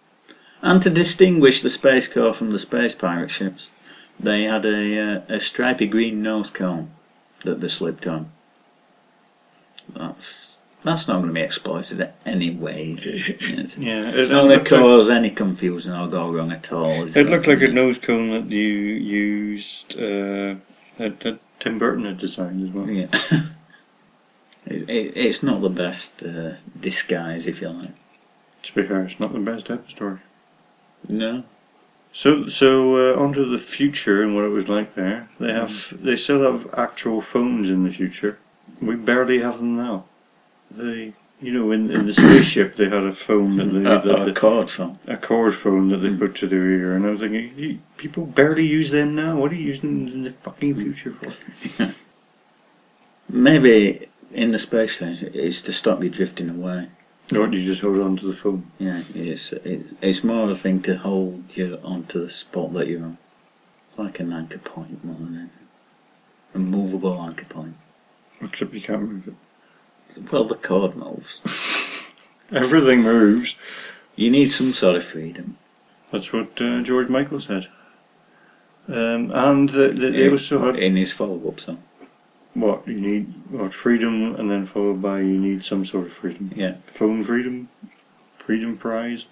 Speaker 2: And to distinguish the space corps from the space pirate ships, they had a uh, a stripy green nose cone that they slipped on. That's that's not going to be exploited anyway. Is it? It's,
Speaker 1: Yeah,
Speaker 2: it's not going to cause any confusion or go wrong at all. is
Speaker 1: It looked like a
Speaker 2: Yeah.
Speaker 1: nose cone that you used. Uh, that, that Tim Burton had designed as well.
Speaker 2: Yeah. it, it, it's not the best uh, disguise, if you like.
Speaker 1: To be fair, it's not the best type of story.
Speaker 2: No.
Speaker 1: So, so uh, onto the future and what it was like there. They have, they still have actual phones in the future. We barely have them now. They, you know, in, in the spaceship they had a phone that they,
Speaker 2: A,
Speaker 1: that
Speaker 2: a cord phone.
Speaker 1: the- a cord phone that they put to their ear, and I was thinking, you, people barely use them now. What are you using them in the fucking future for?
Speaker 2: Maybe in the space station, it's to stop you drifting away.
Speaker 1: Or do you just hold on to the phone?
Speaker 2: Yeah, it's, it's it's more of a thing to hold you onto the spot that you're on. It's like an anchor point more than anything. A movable anchor point.
Speaker 1: Except you can't move it.
Speaker 2: Well, the cord moves.
Speaker 1: Everything moves.
Speaker 2: You need some sort of freedom.
Speaker 1: That's what uh, George Michael said. Um, and the, the, they also had
Speaker 2: in his follow-up song.
Speaker 1: what you need, what freedom, and then followed by you need some sort of freedom.
Speaker 2: Yeah.
Speaker 1: Phone freedom, freedom fries,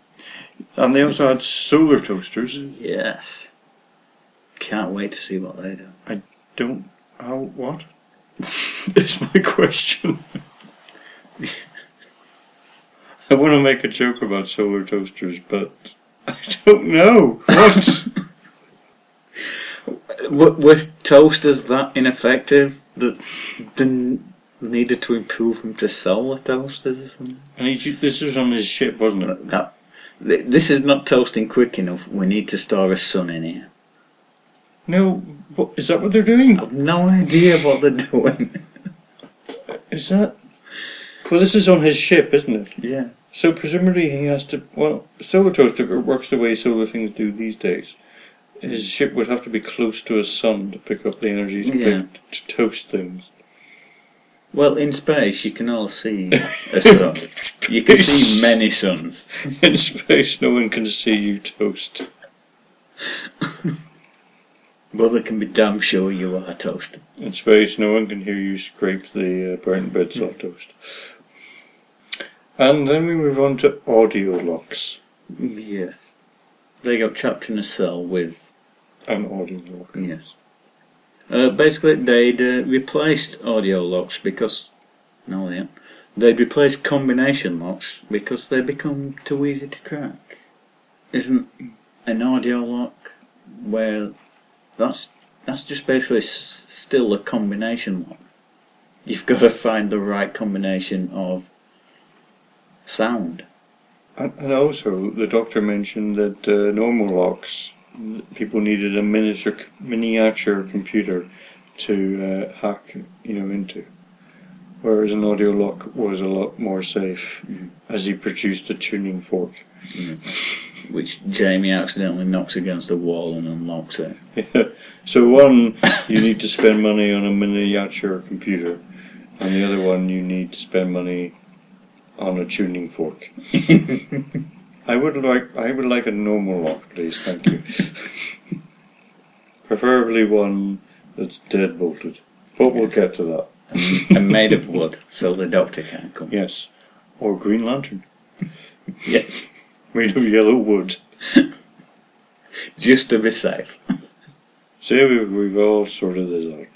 Speaker 1: and they also had solar toasters.
Speaker 2: Yes. Can't wait to see what they do.
Speaker 1: Don't how what? Is my question. I want to make a joke about solar toasters, but I don't know what.
Speaker 2: W- with toasters that ineffective that they needed to improve them to solar toasters or something?
Speaker 1: and he, ju- this was on his ship, wasn't it?
Speaker 2: That, th- this is not toasting quick enough. We need to store a sun in here.
Speaker 1: No, what, is that what they're doing?
Speaker 2: I've no idea what they're doing.
Speaker 1: Is that? Well, this is on his ship, isn't it?
Speaker 2: yeah.
Speaker 1: So presumably he has to. Well, solar toaster works the way solar things do these days. His ship would have to be close to a sun to pick up the energy to,
Speaker 2: Yeah.
Speaker 1: pick, to toast things.
Speaker 2: Well, in space, you can all see a sun. you can see many suns.
Speaker 1: In space, no one can see you toast.
Speaker 2: But they can be damn sure you are toasted.
Speaker 1: In space, no one can hear you scrape the uh, burnt bits off toast. And then we move on to audio locks.
Speaker 2: Yes. They got trapped in a cell with
Speaker 1: An audio lock.
Speaker 2: Yes. Uh, basically, they'd uh, replaced audio locks because no, they haven't. they'd replaced combination locks because they become too easy to crack. Isn't an audio lock where that's that's just basically s- still a combination lock. You've got to find the right combination of sound.
Speaker 1: And, and also, the doctor mentioned that uh, normal locks, people needed a miniature, miniature computer to uh, hack, you know, into. Whereas an audio lock was a lot more safe, as he produced a tuning fork.
Speaker 2: Which Jamie accidentally knocks against a wall and unlocks it.
Speaker 1: so one, you need to spend money on a miniature computer, and the other one, you need to spend money on a tuning fork. I would like I would like a normal lock, please, thank you. Preferably one that's dead bolted. But we'll
Speaker 2: Yes.
Speaker 1: get to that.
Speaker 2: and made of wood, so the doctor can't come.
Speaker 1: Yes. Or Green Lantern.
Speaker 2: Yes,
Speaker 1: Made of yellow wood.
Speaker 2: just to be safe.
Speaker 1: See we we've all sorted this out.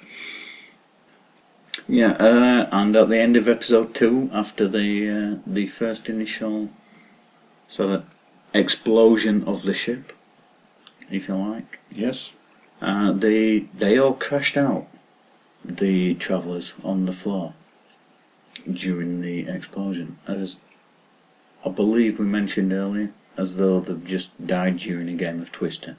Speaker 2: Yeah, uh, and at the end of episode two, after the uh, the first initial sort of explosion of the ship, if you like,
Speaker 1: Yes.
Speaker 2: uh, they they all crashed out, the travellers on the floor during the explosion, as I believe we mentioned earlier, as though they've just died during a game of Twister.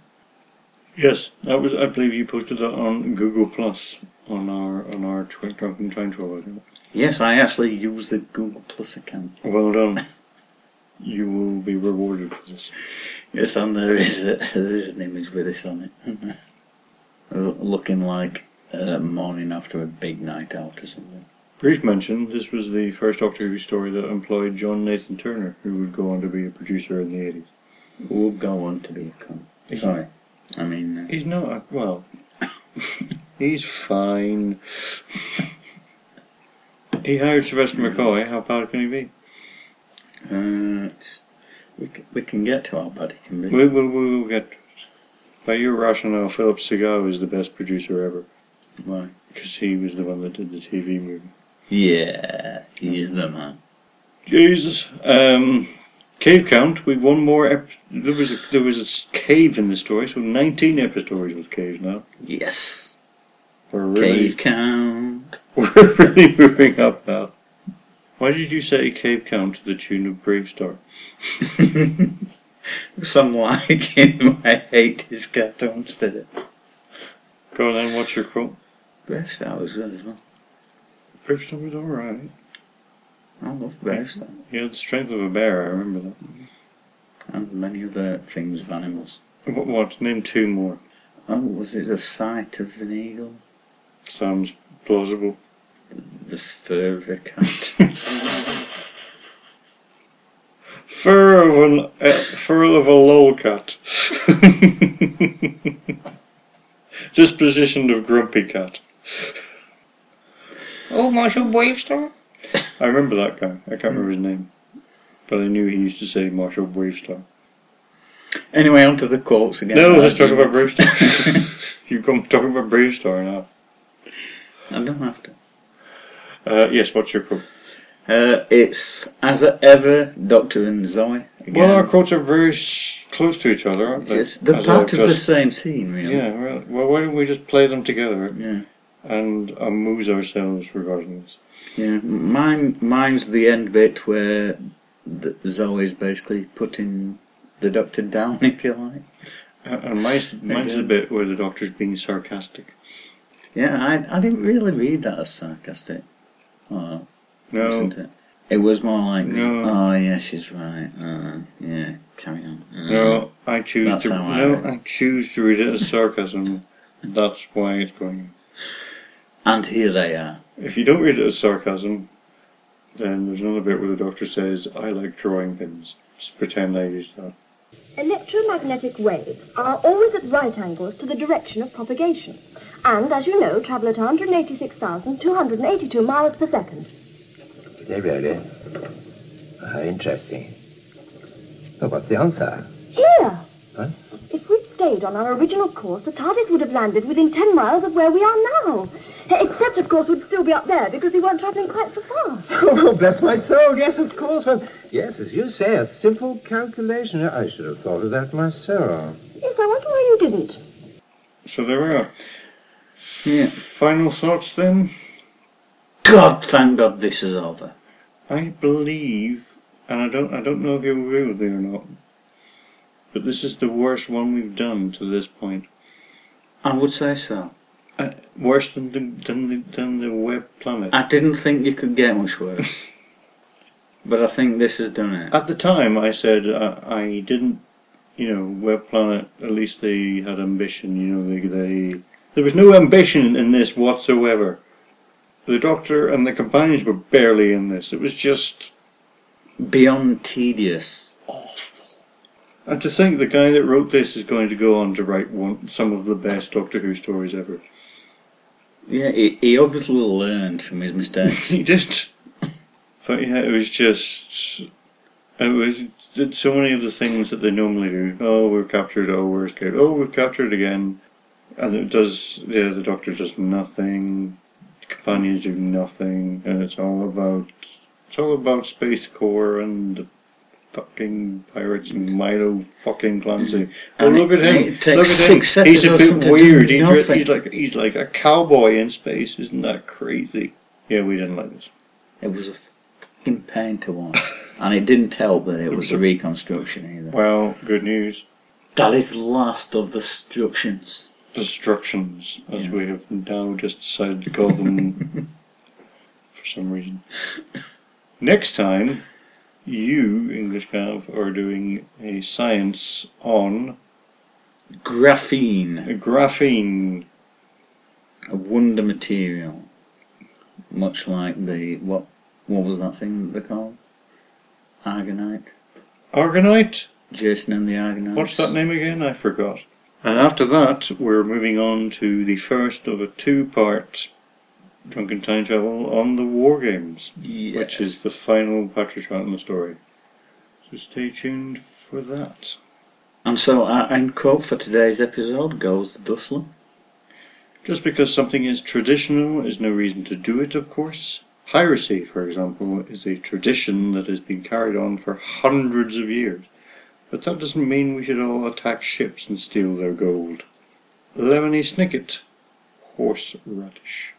Speaker 1: Yes. That was I believe you posted that on Google Plus on our on our Twi- Drunken Time Tour, wasn't it?
Speaker 2: Yes, I actually use the Google Plus account.
Speaker 1: Well done. you will be rewarded for this.
Speaker 2: Yes, and there is a, there is an image with this on it, looking like uh, morning after a big night out or something.
Speaker 1: Brief mention, this was the first Doctor Who story that employed John Nathan Turner, who would go on to be a producer in the 80s.
Speaker 2: We'll go on to be a con. Sorry, I mean uh,
Speaker 1: He's not, a, well, he's fine. He hired Sylvester McCoy, how bad can he be?
Speaker 2: uh, it's- we c- we can get to how bad it can be.
Speaker 1: We will we will get. By your rationale, Philip Seagal was the best producer ever,
Speaker 2: Why?
Speaker 1: because he was the one that did the TV movie.
Speaker 2: Yeah, he is the man.
Speaker 1: Jesus. Um, cave count. We one more. Ep- there was a, there was a s- cave in the story, so nineteen episodes with caves now.
Speaker 2: Yes,
Speaker 1: We're really,
Speaker 2: cave count.
Speaker 1: We're really moving up now. Why did you say cave count to the tune of Brave Star?
Speaker 2: Some like in my eighties cartoons did it.
Speaker 1: Go on then. What's your quote?
Speaker 2: Brave Star was good as well.
Speaker 1: Brave Star was all right.
Speaker 2: I love Brave Star
Speaker 1: He had the strength of a bear. I remember
Speaker 2: and many other things of animals.
Speaker 1: that. What? what? Name two more.
Speaker 2: Oh, was it the sight of an eagle?
Speaker 1: Sounds plausible.
Speaker 2: The fur of a cat.
Speaker 1: Fur of an uh, fur of a lolcat. Disposition of grumpy cat. Oh, Marshal Bravestar. I remember that guy. I can't remember his name, but I knew he used to say Marshal Bravestar.
Speaker 2: anyway, on to the quotes again.
Speaker 1: No, let's talk about Bravestar. you come talking about Bravestar now.
Speaker 2: I don't have to.
Speaker 1: Uh, yes, what's your quote?
Speaker 2: Uh, it's as ever, Doctor and Zoe. Again.
Speaker 1: Well, our quotes are very s- close to each other, aren't
Speaker 2: it's,
Speaker 1: they?
Speaker 2: it's the
Speaker 1: As
Speaker 2: part
Speaker 1: I've
Speaker 2: of the
Speaker 1: just-
Speaker 2: same scene, really.
Speaker 1: Yeah, well, well, why don't we just play them together?
Speaker 2: Yeah.
Speaker 1: and amuse ourselves regarding this.
Speaker 2: Yeah. Mine, mine's the end bit where the, Zoe's basically putting the Doctor down, if you like.
Speaker 1: Uh, And mine's, mine's the bit where the doctor's being sarcastic.
Speaker 2: Yeah, I, I didn't really read that as sarcastic. Oh,
Speaker 1: No,
Speaker 2: isn't it? It was more like,
Speaker 1: No.
Speaker 2: oh yeah, she's right. Uh, yeah, carry on. Uh,
Speaker 1: no, I choose
Speaker 2: That's
Speaker 1: to.
Speaker 2: how I
Speaker 1: No,
Speaker 2: read it.
Speaker 1: I choose to read it as sarcasm. That's why it's going.
Speaker 2: And here they are.
Speaker 1: If you don't read it as sarcasm, then there's another bit where the doctor says, "I like drawing pins." Just pretend I used that.
Speaker 4: Electromagnetic waves are always at right angles to the direction of propagation, and as you know, travel at 186,282 miles per second.
Speaker 5: They really? Ah, interesting. So what's the answer?
Speaker 4: Here!
Speaker 5: Huh?
Speaker 4: If we'd stayed on our original course, the TARDIS would have landed within 10 miles of where we are now. Except, of course, we'd still be up there because we weren't traveling quite so fast.
Speaker 5: Oh, bless my soul, yes, of course. Well, yes, as you say, a simple calculation. I should have thought of that myself.
Speaker 4: Yes, I wonder why you didn't.
Speaker 1: So there we are.
Speaker 2: Yeah.
Speaker 1: Final thoughts then.
Speaker 2: God, thank God this is over.
Speaker 1: I believe, and I don't, I don't know if you'll agree with me or not, but this is the worst one we've done to this point.
Speaker 2: I would say so.
Speaker 1: Uh, worse than the, than the than the web planet.
Speaker 2: I didn't think you could get much worse. but I think this has done it.
Speaker 1: At the time, I said uh, I didn't. You know, web planet. At least they had ambition. You know, they they there was no ambition in this whatsoever. The Doctor and the companions were barely in this. It was just
Speaker 2: Beyond tedious.
Speaker 1: And to think the guy that wrote this is going to go on to write one, some of the best Doctor Who stories ever.
Speaker 2: Yeah, he, he obviously learned from his mistakes.
Speaker 1: He did. But yeah, it was just. It was did so many of the things that they normally do. Oh, we're captured. Oh, we're escaped. Oh, we're captured again. And it does. Yeah, the Doctor does nothing. Companions do nothing, and it's all about. It's all about Space Corps and. Fucking pirates and Milo fucking Clancy. Oh,
Speaker 2: Mm. And
Speaker 1: look
Speaker 2: it-
Speaker 1: at him!
Speaker 2: and it takes
Speaker 1: look at
Speaker 2: six
Speaker 1: him. He's a
Speaker 2: episodes for him
Speaker 1: bit
Speaker 2: to do
Speaker 1: weird. He's, re-
Speaker 2: nothing.
Speaker 1: he's like he's like a cowboy in space. Isn't that crazy? Yeah, we didn't like this.
Speaker 2: it was a fucking pain to watch. And it didn't help that it was a reconstruction either.
Speaker 1: Well, good news.
Speaker 2: That is the last of the structions.
Speaker 1: destructions, as we
Speaker 2: Yes.
Speaker 1: have now just decided to call them for some reason. Next time, you, English Gav, are doing a science on
Speaker 2: Graphene,
Speaker 1: graphene.
Speaker 2: a wonder material. Much like the what what was that thing that they called? Argonite?
Speaker 1: Argonite?
Speaker 2: Jason and the Argonites.
Speaker 1: What's that name again? I forgot. And after that, we're moving on to the first of a two part Drunken Time Travel on the War Games.
Speaker 2: Yes.
Speaker 1: which is the final Patrick Troughton story. So stay tuned for that.
Speaker 2: And so our end quote for today's episode goes thusly.
Speaker 1: Just because something is traditional is no reason to do it, of course. Piracy, for example, is a tradition that has been carried on for hundreds of years. But that doesn't mean we should all attack ships and steal their gold. Lemony Snicket, horseradish.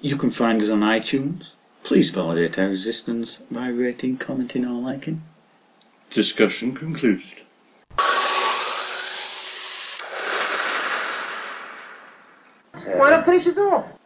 Speaker 2: You can find us on iTunes. Please validate our existence by rating, commenting, or liking.
Speaker 1: Discussion concluded.
Speaker 6: Why not finish us off?